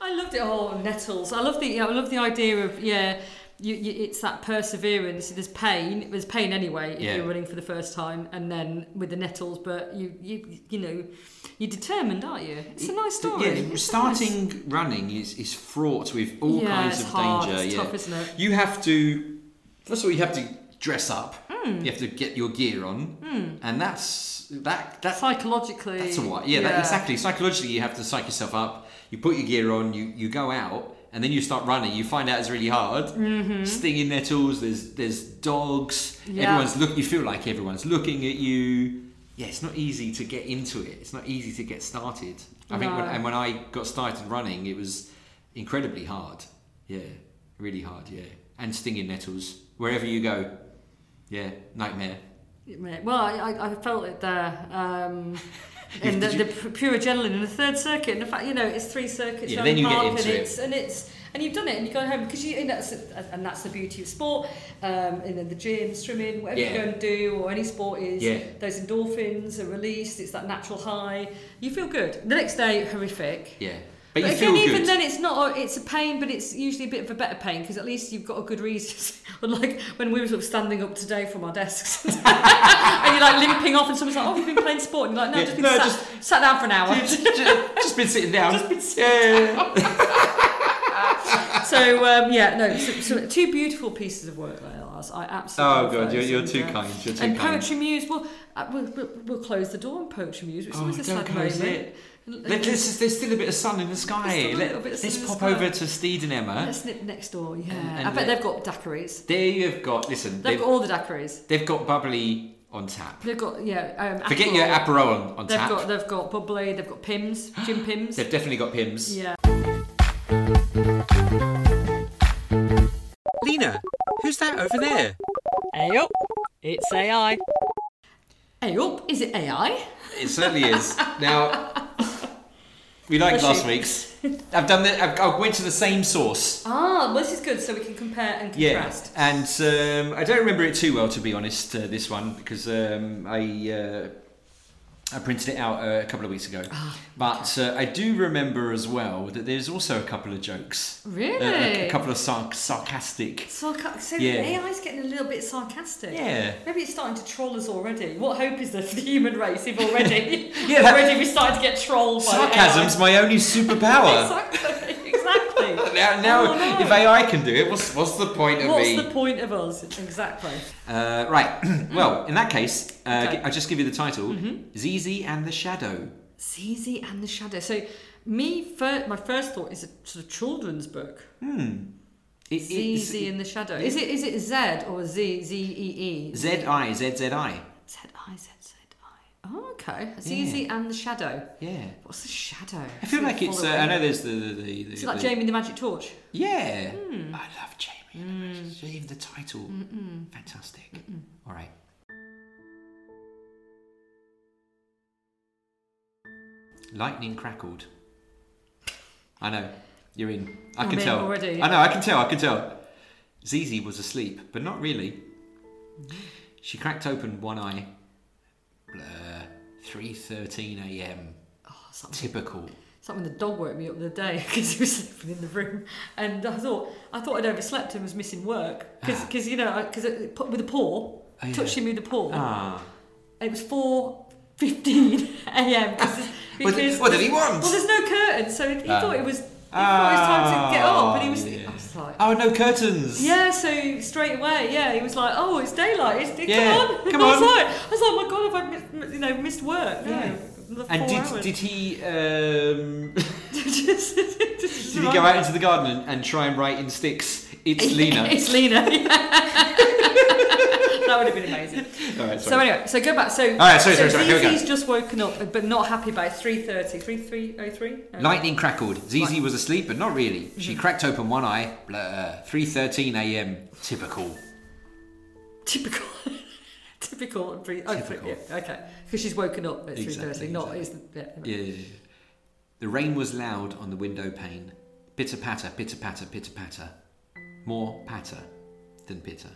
I loved it all. Nettles. I love the. Yeah, I love the idea of yeah. You, you, it's that perseverance. There's pain. There's pain anyway if
Yeah.
you're running for the first time, and then with the nettles. But you, you, you know, you're determined, aren't you? It's a nice story.
Yeah,
It's a
starting running is, is fraught with all
Yeah,
kinds
it's
of
hard,
danger.
it's
yeah.
tough, isn't it?
You have to first of all you have to dress up.
Hmm.
You have to get your gear on. And that's that that
nice- psychologically.
that's a what. Yeah, That, exactly. Psychologically you have to psych yourself up. You put your gear on, you, you go out and then you start running. You find out it's really hard. Stinging nettles, there's there's dogs.
Mm-hmm. Yeah.
Everyone's look you feel like everyone's looking at you. Yeah, it's not easy to get into it. It's not easy to get started. I think when,
No.
and when I got started running, it was incredibly hard. Yeah, really hard. Yeah, and stinging nettles wherever you go. Yeah, nightmare.
Yeah, Well, I, I- I felt it there.
*laughs*
Um,
You-
and the,
did
the pu- pure adrenaline in the third circuit. And the fact, you know, it's three circuits.
Yeah,
around
then
the
you get
park
into
and
it.
It's, and it's and you've done it, and you go home because you. And that's, and that's the beauty of sport. Um, and then the gym, swimming, whatever you
Yeah.
go and do, or any sport is.
Yeah.
Those endorphins are released. It's that natural high. You feel good. The next day, horrific.
Yeah, but, you
again,
feel good.
even then, it's not. a- It's a pain, but it's usually a bit of a better pain because at least you've got a good reason. *laughs* Unlike when we were sort of standing up today from our desks, *laughs* and you're like limping off, and someone's like, "Oh, you've been playing sport," and you're like, "No,
Yeah,
just been
no,
sat,
just-
sat down for
*laughs*
an hour."
just, just- just been sitting down. yeah, yeah, yeah.
so um, yeah, no, so, so two beautiful pieces of work there, Lars. I absolutely.
Oh
love
god, you're,
those,
you're
and,
too
uh,
kind. You're too
And
kind.
poetry muse, well, uh, we'll, we'll, we'll close the door on poetry muse, which is
Oh,
always a
don't
sad
close
moment.
it.
And-
Let, let's, there's still a bit of sun in the
There's
sky.
still a
Let,
little bit of sun
let's
in the
pop
sky.
over to Steed and Emma.
Let's nip next door. Yeah,
and
I bet
let-
they've got daiquiris.
There you've got. Listen,
They've
they've,
got all the daiquiris.
they've got bubbly on tap.
They've got yeah. Um,
Forget
Aperol.
your Aperol on, on
They've
tap.
got they've got bubbly. They've got Pims, Jim Pims.
They've definitely got Pims.
yeah.
Lena, who's that over there?
Hey up, it's AI.
Hey up, is it AI?
It certainly is. Now, we liked last
Bless you.
week's. I've done that. I've, I went to the same source.
Ah, well, this is good. So we can compare and
Yeah,
contrast.
and um, I don't remember it too well, to be honest. Uh, this one because um, I uh, I printed it out uh, a couple of weeks ago,
Ah.
but uh, I do remember as well that there's also a couple of jokes, Uh,
Really?
a, a couple of sarc- sarcastic.
Sarca- so
Yeah.
AI's getting a little bit sarcastic.
Yeah.
Maybe it's starting to troll us already. What hope is there for the human race if already
*laughs* Yeah, that-
already we started to get trolled by
Sarcasm's my only
*laughs* AI?
superpower. *laughs*
Exactly. exactly.
Now, now
Oh, no.
if AI can do it, what's, what's the point of me?
What's the point of us? Exactly.
Uh, right. *clears throat* well, in that case, uh,
Okay. Mm-hmm.
gi- I'll just give you the title: ZZ and the Shadow.
ZZ and the Shadow. So, me, fir- my first thought is a sort of children's book.
It,
Z Z in the Shadow. Is it is it Z or Z Z E E? Z
Z I Z Z I.
I Z Z I. Oh, okay. Z Z and the Shadow.
Yeah.
What's the Shadow?
I feel like it's. Uh, I know there's the the. the, the
It's like
the-
Jamie Hmm. and the Magic Torch.
Yeah. I love Jamie. and the
Hmm.
Magic Torch. Even the title. Fantastic. All right. Lightning crackled. I know. You're in. I
I'm
can
in
tell.
already.
I know. I can tell. I can tell. Zizi was asleep, but not really.
Mm-hmm.
She cracked open one eye. Blur. 3:13 a.m.
Oh, something.
Typical.
Something the dog woke me up the other day *laughs* because he was sleeping in the room, and I thought I thought I'd overslept and was missing work because you know because with a
Ah.
paw
Oh, yeah.
touching me with the paw.
Ah.
It was four fifteen *laughs* a.m. because-
Ah. What did-
because-
what did he want?
Well, there's no curtain, so he
Ah.
thought it was. He thought it was time to get up, and he was.
Ah,
I was like,
Oh, no curtains.
yeah. So straight away, yeah, he was like, "Oh, it's daylight. It's, it,
Yeah,
Come on,
come
*laughs* I was
on.
like, I was like, "Oh my god, have I missed, m- you know missed work? No,
Yeah.
another
And
four
did,
hours.
did he um, *laughs* did
*laughs* Just- just
he go out into the garden
*laughs*
*laughs* and, and try and write in sticks? It's Lena.
It's Lena. yeah. *laughs* that would have been amazing.
All right,
So
sorry.
anyway, so go back. So all
right, sorry, sorry, sorry, here we go.
ZZ's just woken up, but not happy about it. It's 3.30, 3.03? No.
Lightning crackled. Zizi was asleep, but not really. She cracked open one eye. Blur. 3.13 a.m. Typical.
Typical. *laughs* Typical. and Three, oh, three-
Typical.
yeah, okay. Because she's woken up at 3.30.
Exactly,
Not,
exactly.
is
Yeah.
yeah,
The rain was loud on the window pane. Pitter patter, pitter patter, pitter patter. More patter than pitter.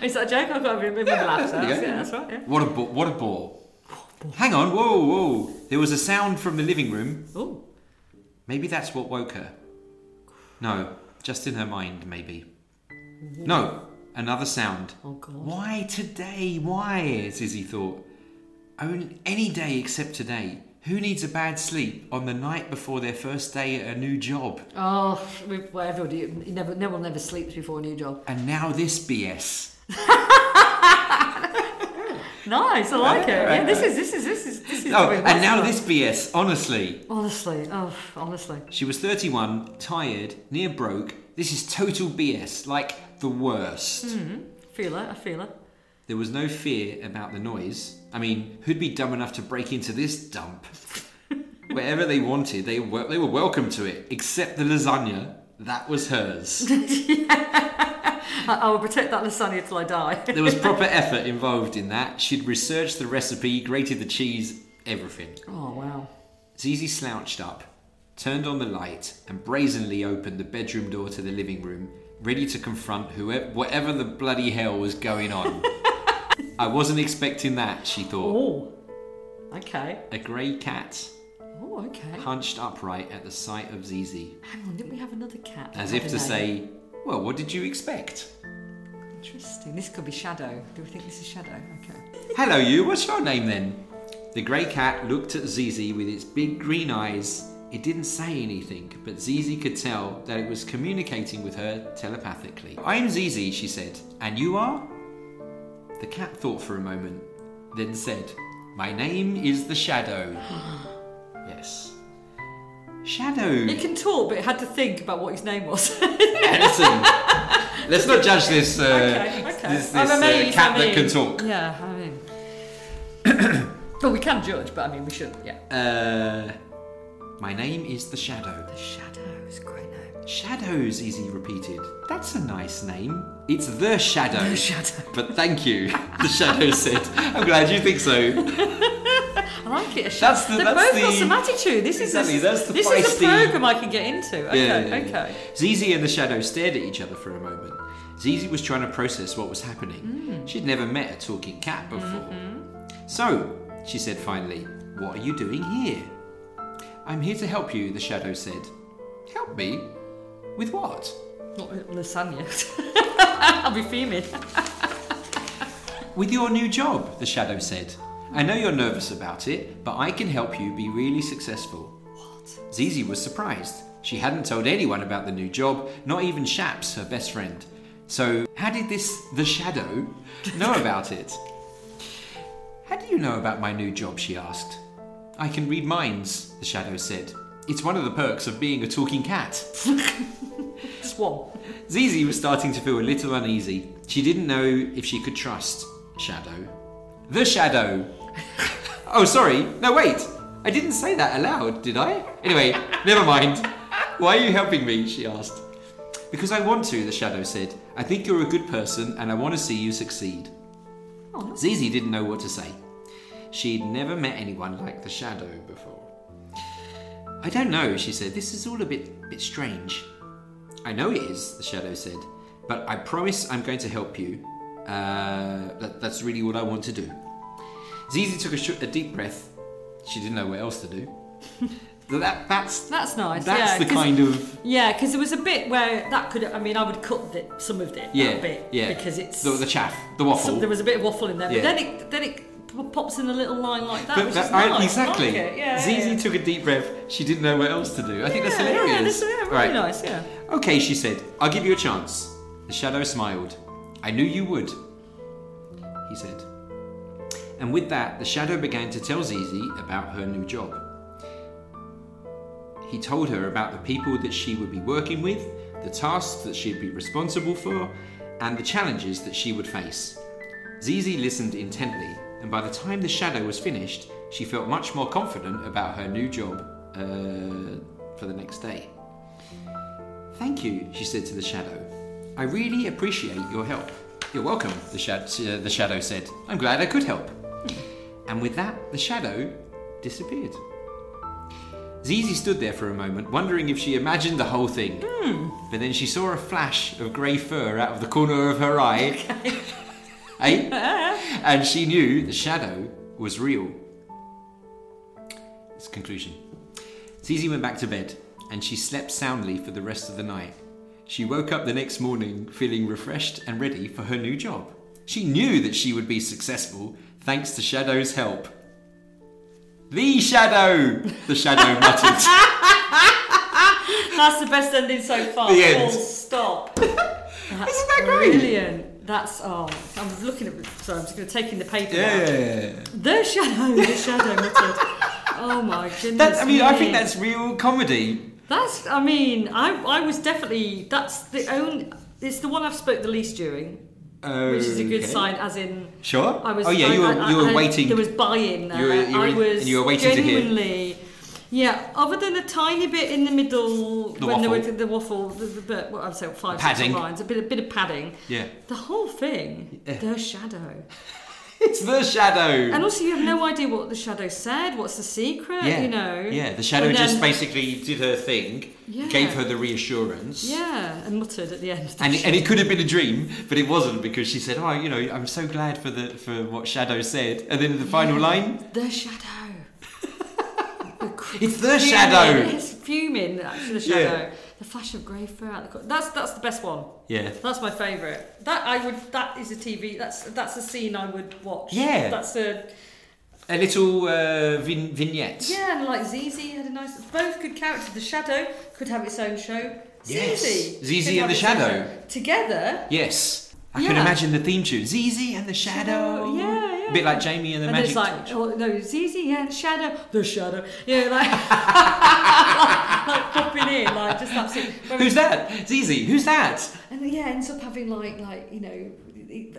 Is that a joke? I can't remember the last.
There you
That's,
go.
yeah, that's right, yeah.
What a bo- what a bore. Hang on, whoa, whoa. There was a sound from the living room.
Oh,
Maybe that's what woke her. No, just in her mind, maybe. No, another sound.
oh God.
Why today? Why? Zizzy thought. Only any day except today. Who needs a bad sleep on the night before their first day at a new job?
Oh, we, well, everybody, you never, no one never sleeps before a new job.
And now this BS.
Nice, I like it. Yeah,
right,
this
right.
is, this is, this is, this is.
Oh,
doing
and now
well.
this BS, honestly.
Honestly, oh, honestly.
She was 31, tired, near broke. This is total BS, like the
Hmm.
worst.
Feel it, I feel it.
There was no fear about the noise. I mean, who'd be dumb enough to break into this dump? Wherever they wanted, they were, they were welcome to it, except the lasagna. That was hers.
I, I will protect that lasagna till I die. *laughs*
There was proper effort involved in that. She'd researched the recipe, grated the cheese, everything.
oh, wow.
Zizi slouched up, turned on the light, and brazenly opened the bedroom door to the living room, ready to confront whoever, whatever the bloody hell was going on. I wasn't expecting that, she thought.
Oh, okay.
A grey cat
Oh, okay.
hunched upright at the sight of Zizi,
Hang on, didn't we have another cat?
as
Have
if to
a name.
say, Well, what did you expect?
Interesting. This could be Shadow. Do we think this is Shadow? Okay.
Hello, you, what's your name then? The grey cat looked at Zizi with its big green eyes. It didn't say anything, but Zizi could tell that it was communicating with her telepathically. I'm Zizi, she said, and you are? The cat thought for a moment, then said, My name is the Shadow. yes. Shadow!
It can talk, but it had to think about what his name was. *laughs*
Listen, let's not judge this, uh,
okay, okay.
this, this
I'm
uh,
amazed,
cat
I
that can
mean.
talk.
Yeah, I mean. *coughs* well, we can judge, but I mean, we shouldn't, yeah.
Uh, my name is the Shadow.
The Shadow is a great name.
Shadows, Izzy repeated. That's a nice name. It's the Shadow.
*laughs* The Shadow.
But thank you, *laughs* the Shadow said. I'm glad you think so.
I like it. A shadow.
That's the-
They've
that's
both got
the-
some attitude. This
Exactly,
is
that's
this,
the
this is a
feisty-
program I can get into. Okay,
Yeah, yeah, yeah.
okay.
Zizi and the Shadow stared at each other for a moment. Zizi was trying to process what was happening.
Mm.
She'd never met a talking cat before.
Mm-hmm.
So, she said finally, What are you doing here? I'm here to help you, the Shadow said. Help me? With what?
Not lasagna. *laughs* I'll be fuming.
With your new job, the shadow said. I know you're nervous about it, but I can help you be really successful. What? Zizi was surprised. She hadn't told anyone about the new job, not even Shaps, her best friend. So, how did this, the shadow, know about it? How do you know about my new job? she asked. I can read minds, the shadow said. It's one of the perks of being a talking cat.
Swan.
Zizi was starting to feel a little uneasy. She didn't know if she could trust Shadow. The Shadow! *laughs* oh, sorry. No, wait. I didn't say that aloud, did I? Anyway, never mind. Why are you helping me? she asked. Because I want to, the Shadow said. I think you're a good person and I want to see you succeed.
Oh,
Zizi didn't know what to say. She'd never met anyone like the Shadow before. I don't know, she said. This is all a bit bit strange. I know it is, the shadow said, but I promise I'm going to help you. Uh, that, that's really what I want to do. Zizi took a, sh- a deep breath. She didn't know what else to
*laughs*
do. So that, that's
That's nice.
that's
yeah,
the
'cause-
kind of
Yeah, because there was a bit where that could. I mean, I would cut the, some of it.
yeah
That bit,
yeah
Because it's
the, the chaff the waffle.
some- there was a bit of waffle in there,
Yeah.
but then it then it p- pops in a little line like that,
But
which
that-
is
I-
nice.
exactly.
I like it. yeah,
Zizi
yeah.
took a deep breath. She didn't know what else to do. I think that's
Yeah,
hilarious.
Yeah, this is yeah, really
Right.
nice. Yeah.
Okay, she said, I'll give you a chance. The shadow smiled. I knew you would, he said. And with that, the shadow began to tell Zizi about her new job. He told her about the people that she would be working with, the tasks that she'd be responsible for, and the challenges that she would face. Zizi listened intently, and by the time the shadow was finished, she felt much more confident about her new job uh, for the next day. Thank you, she said to the shadow. I really appreciate your help. You're welcome, the, shad- uh, the shadow said. I'm glad I could help. And with that, the shadow disappeared. Zizi stood there for a moment, wondering if she imagined the whole thing. But then she saw a flash of grey fur out of the corner of her eye. Eh? and she knew the shadow was real. It's conclusion. Zizi went back to bed and she slept soundly for the rest of the night. She woke up the next morning feeling refreshed and ready for her new job. She knew that she would be successful thanks to Shadow's help. The Shadow! The Shadow muttered.
That's the best ending so far.
The
Full
end. *laughs*
stop. That's
Isn't that great?
Brilliant. That's oh, I was looking at. Sorry, I'm just going to take in the paper. now.
Yeah.
The shadow. The shadow muttered. Oh my goodness.
That, I mean, I
me.
think that's real comedy.
That's. I mean, I I was definitely. That's the only. It's the one I've spoke the least during, which is a good
Okay.
sign. As in,
Sure.
I was.
oh yeah,
I-
you were,
I-
you were
I-
waiting.
There was buy-in. There.
You were- you were-
I was.
and you were waiting to hear.
genuinely, Yeah, other than a tiny bit in the middle
The
when there were
waffle.
the waffle, the, the bit, what I'd say, five
Padding.
six lines, a bit, a bit of padding.
yeah. *laughs*
The whole thing, the shadow,
It's the shadow.
and also you have no idea what the shadow said. What's the secret?
yeah.
You know.
Yeah. The shadow
And then-
just basically did her thing,
Yeah.
gave her the reassurance.
Yeah, and muttered at the end.
And it, and it could have been a dream, but it wasn't because she said, "Oh, you know, I'm so glad for the for what Shadow said." And then the final line,
The shadow.
"It's the Shadow."
It's fuming. That's the
Yeah.
shadow. The flash of grey fur out the co- That's that's the best one.
Yeah.
That's my favourite. That I would. That is a TV. That's that's a scene I would watch.
Yeah.
That's a
A little uh, vin- vignette.
yeah. And like Zizi had a nice. Both good characters. The shadow could have its own show.
Yes.
Zizi.
Zizi and
could have
the
its own
Shadow.
show. together.
Yes. I can
Yeah.
imagine the theme tune, Zizi and the Shadow.
Shadow, yeah, yeah.
A bit like Jamie and the
And then
Magic
it's like,
Torch.
oh, no, Zizi and Shadow, the Shadow. Yeah,
*laughs*
like, like popping in, like just absolutely.
Who's that? Zizi. Who's that?
And yeah, ends up having like like you know,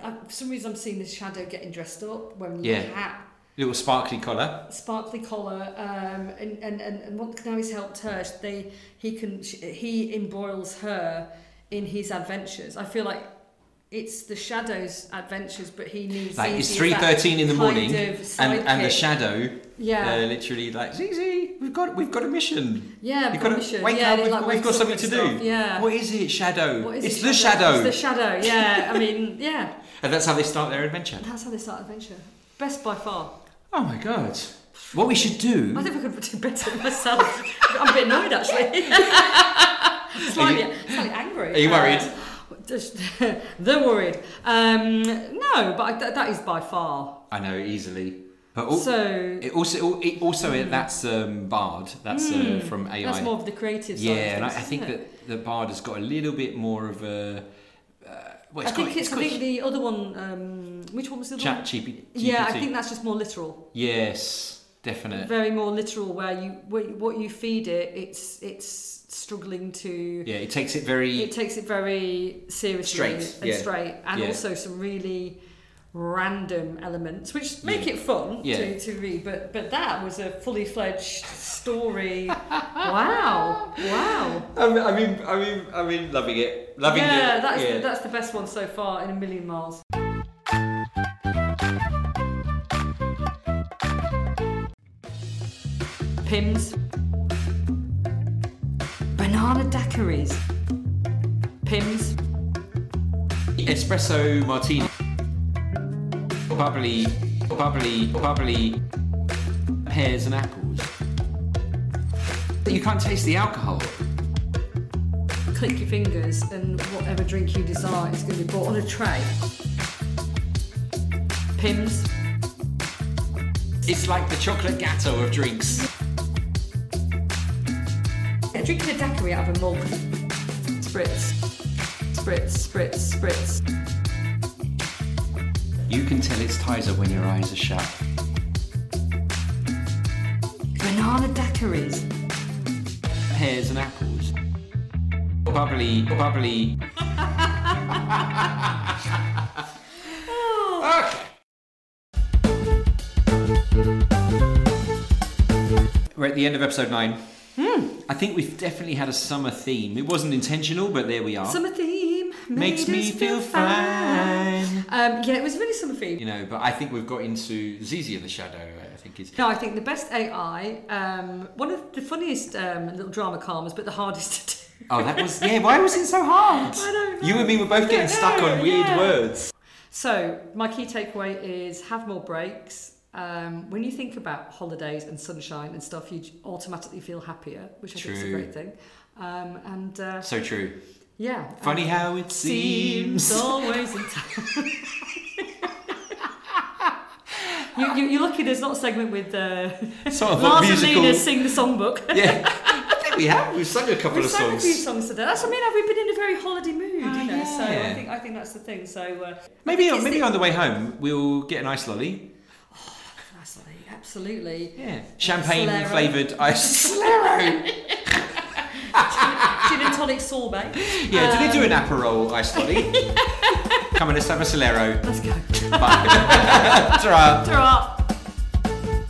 I, for some reason I'm seeing the shadow getting dressed up wearing a
Yeah.
hat,
Little sparkly collar.
sparkly collar, um, and and and, and what, now he's helped her. They he can she, he embroils her in his adventures. I feel like. It's the shadow's adventures, but he needs
Like it's
Zizi as
three
that
thirteen in the
kind
morning,
of
and, and the
sidekick.
shadow,
Yeah.
uh, literally like Zizi, we've got we've got a mission.
Yeah,
we've got
we've got
to
a mission.
wake
Yeah,
up.
they,
We've,
like,
got, we've
wake
got
up
something
and
to
stuff,
do.
yeah.
What is it, shadow?
What is
it's
it,
the shadow.
It's the shadow. Yeah, I mean, yeah.
and that's how they start their adventure.
That's how they start adventure. Best by far.
Oh my god! What we should
I
do?
think I could do better myself. I'm a bit
*laughs*
annoyed actually. slightly, slightly angry.
Are you worried?
Uh, just, *laughs* they're worried. Um, no, but I, that, that is by far.
I know easily, but al-
So
it also it also that's um, Bard. That's uh, from AI.
Hmm. that's more of the creative side.
yeah,
of
and I,
things,
I think
isn't
that
it?
the Bard has got a little bit more of a. Uh, well,
I
it's
think
got,
it's, I
got
think the other one. Um, which one was the other
Chat
one?
GP-
Yeah, I
GPT.
think that's just more literal.
Yes, definite.
Very more literal, where you where, you- what you feed it, it's it's struggling to.
Yeah, it takes it very.
It takes it very seriously
Straight,
and
yeah.
straight, and
Yeah.
also some really random elements, which make it fun
Yeah.
to, to read. But but that was a fully fledged story. *laughs* wow, wow.
I mean, I mean, I mean, I mean, loving it, loving
yeah,
it.
that's
yeah.
The, that's the best one so far in a million miles. Pims. Banana daiquiris. Pims.
espresso martini, bubbly, bubbly, bubbly pears and apples. You can't taste the alcohol.
click your fingers and whatever drink you desire is going to be brought on a tray. Pims,
It's like the chocolate gatto of drinks.
yeah, drinking a daiquiri out of a mug. Spritz, spritz, spritz, spritz.
You can tell it's Tizer when your eyes are shut.
Banana daiquiris. *laughs*
Pears and apples. Bubbly, bubbly. We're at the end of episode nine.
Hmm.
I think we've definitely had a summer theme. It wasn't intentional, but there we are.
Summer theme
Makes
made
me
us
feel fine.
Um, yeah, it was really summer theme.
You know, but I think we've got into Zizi in the Shadow. I think is
No, I think the best AI, um, one of the funniest um, little drama calmers, but the hardest to do.
Oh, that was yeah. Why was it so hard?
*laughs* I don't know.
You and me were both getting
don't
stuck on
know,
weird
yeah.
words.
So, my key takeaway is have more breaks. Um, when you think about holidays and sunshine and stuff, you automatically feel happier, which I think is a
True.
great thing. Um, and uh,
So true.
yeah.
Funny how it
seems
seems.
always in time. you, you, you're lucky there's not a segment with uh,
Sort of a
Lars and
musical-
Lena sing the songbook.
*laughs* Yeah, I think we have. We've sung a couple
We've
of
sang a
songs. Ah,
few songs today. That's what I mean. We've been in a very holiday mood, you know. So
yeah.
I think I think that's the thing. So uh,
Maybe
it's
maybe
the-
on the way home we'll get an ice lolly.
Absolutely, absolutely.
Yeah, champagne
Solero.
flavored
*laughs*
ice. Solero.
Gin and tonic sorbet.
Yeah, do they do an
Um,
aperol ice
*laughs*
lolly? Come on, let's have a Solero.
Let's go.
Bye. *laughs* Ta-ra.
They're up.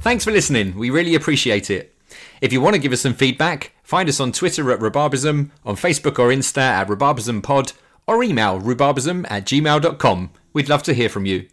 Thanks for listening. We really appreciate it. If you want to give us some feedback, find us on Twitter at Rhubarbism, on Facebook or Insta at RhubarbismPod, or email rhubarbism at gmail.com. We'd love to hear from you.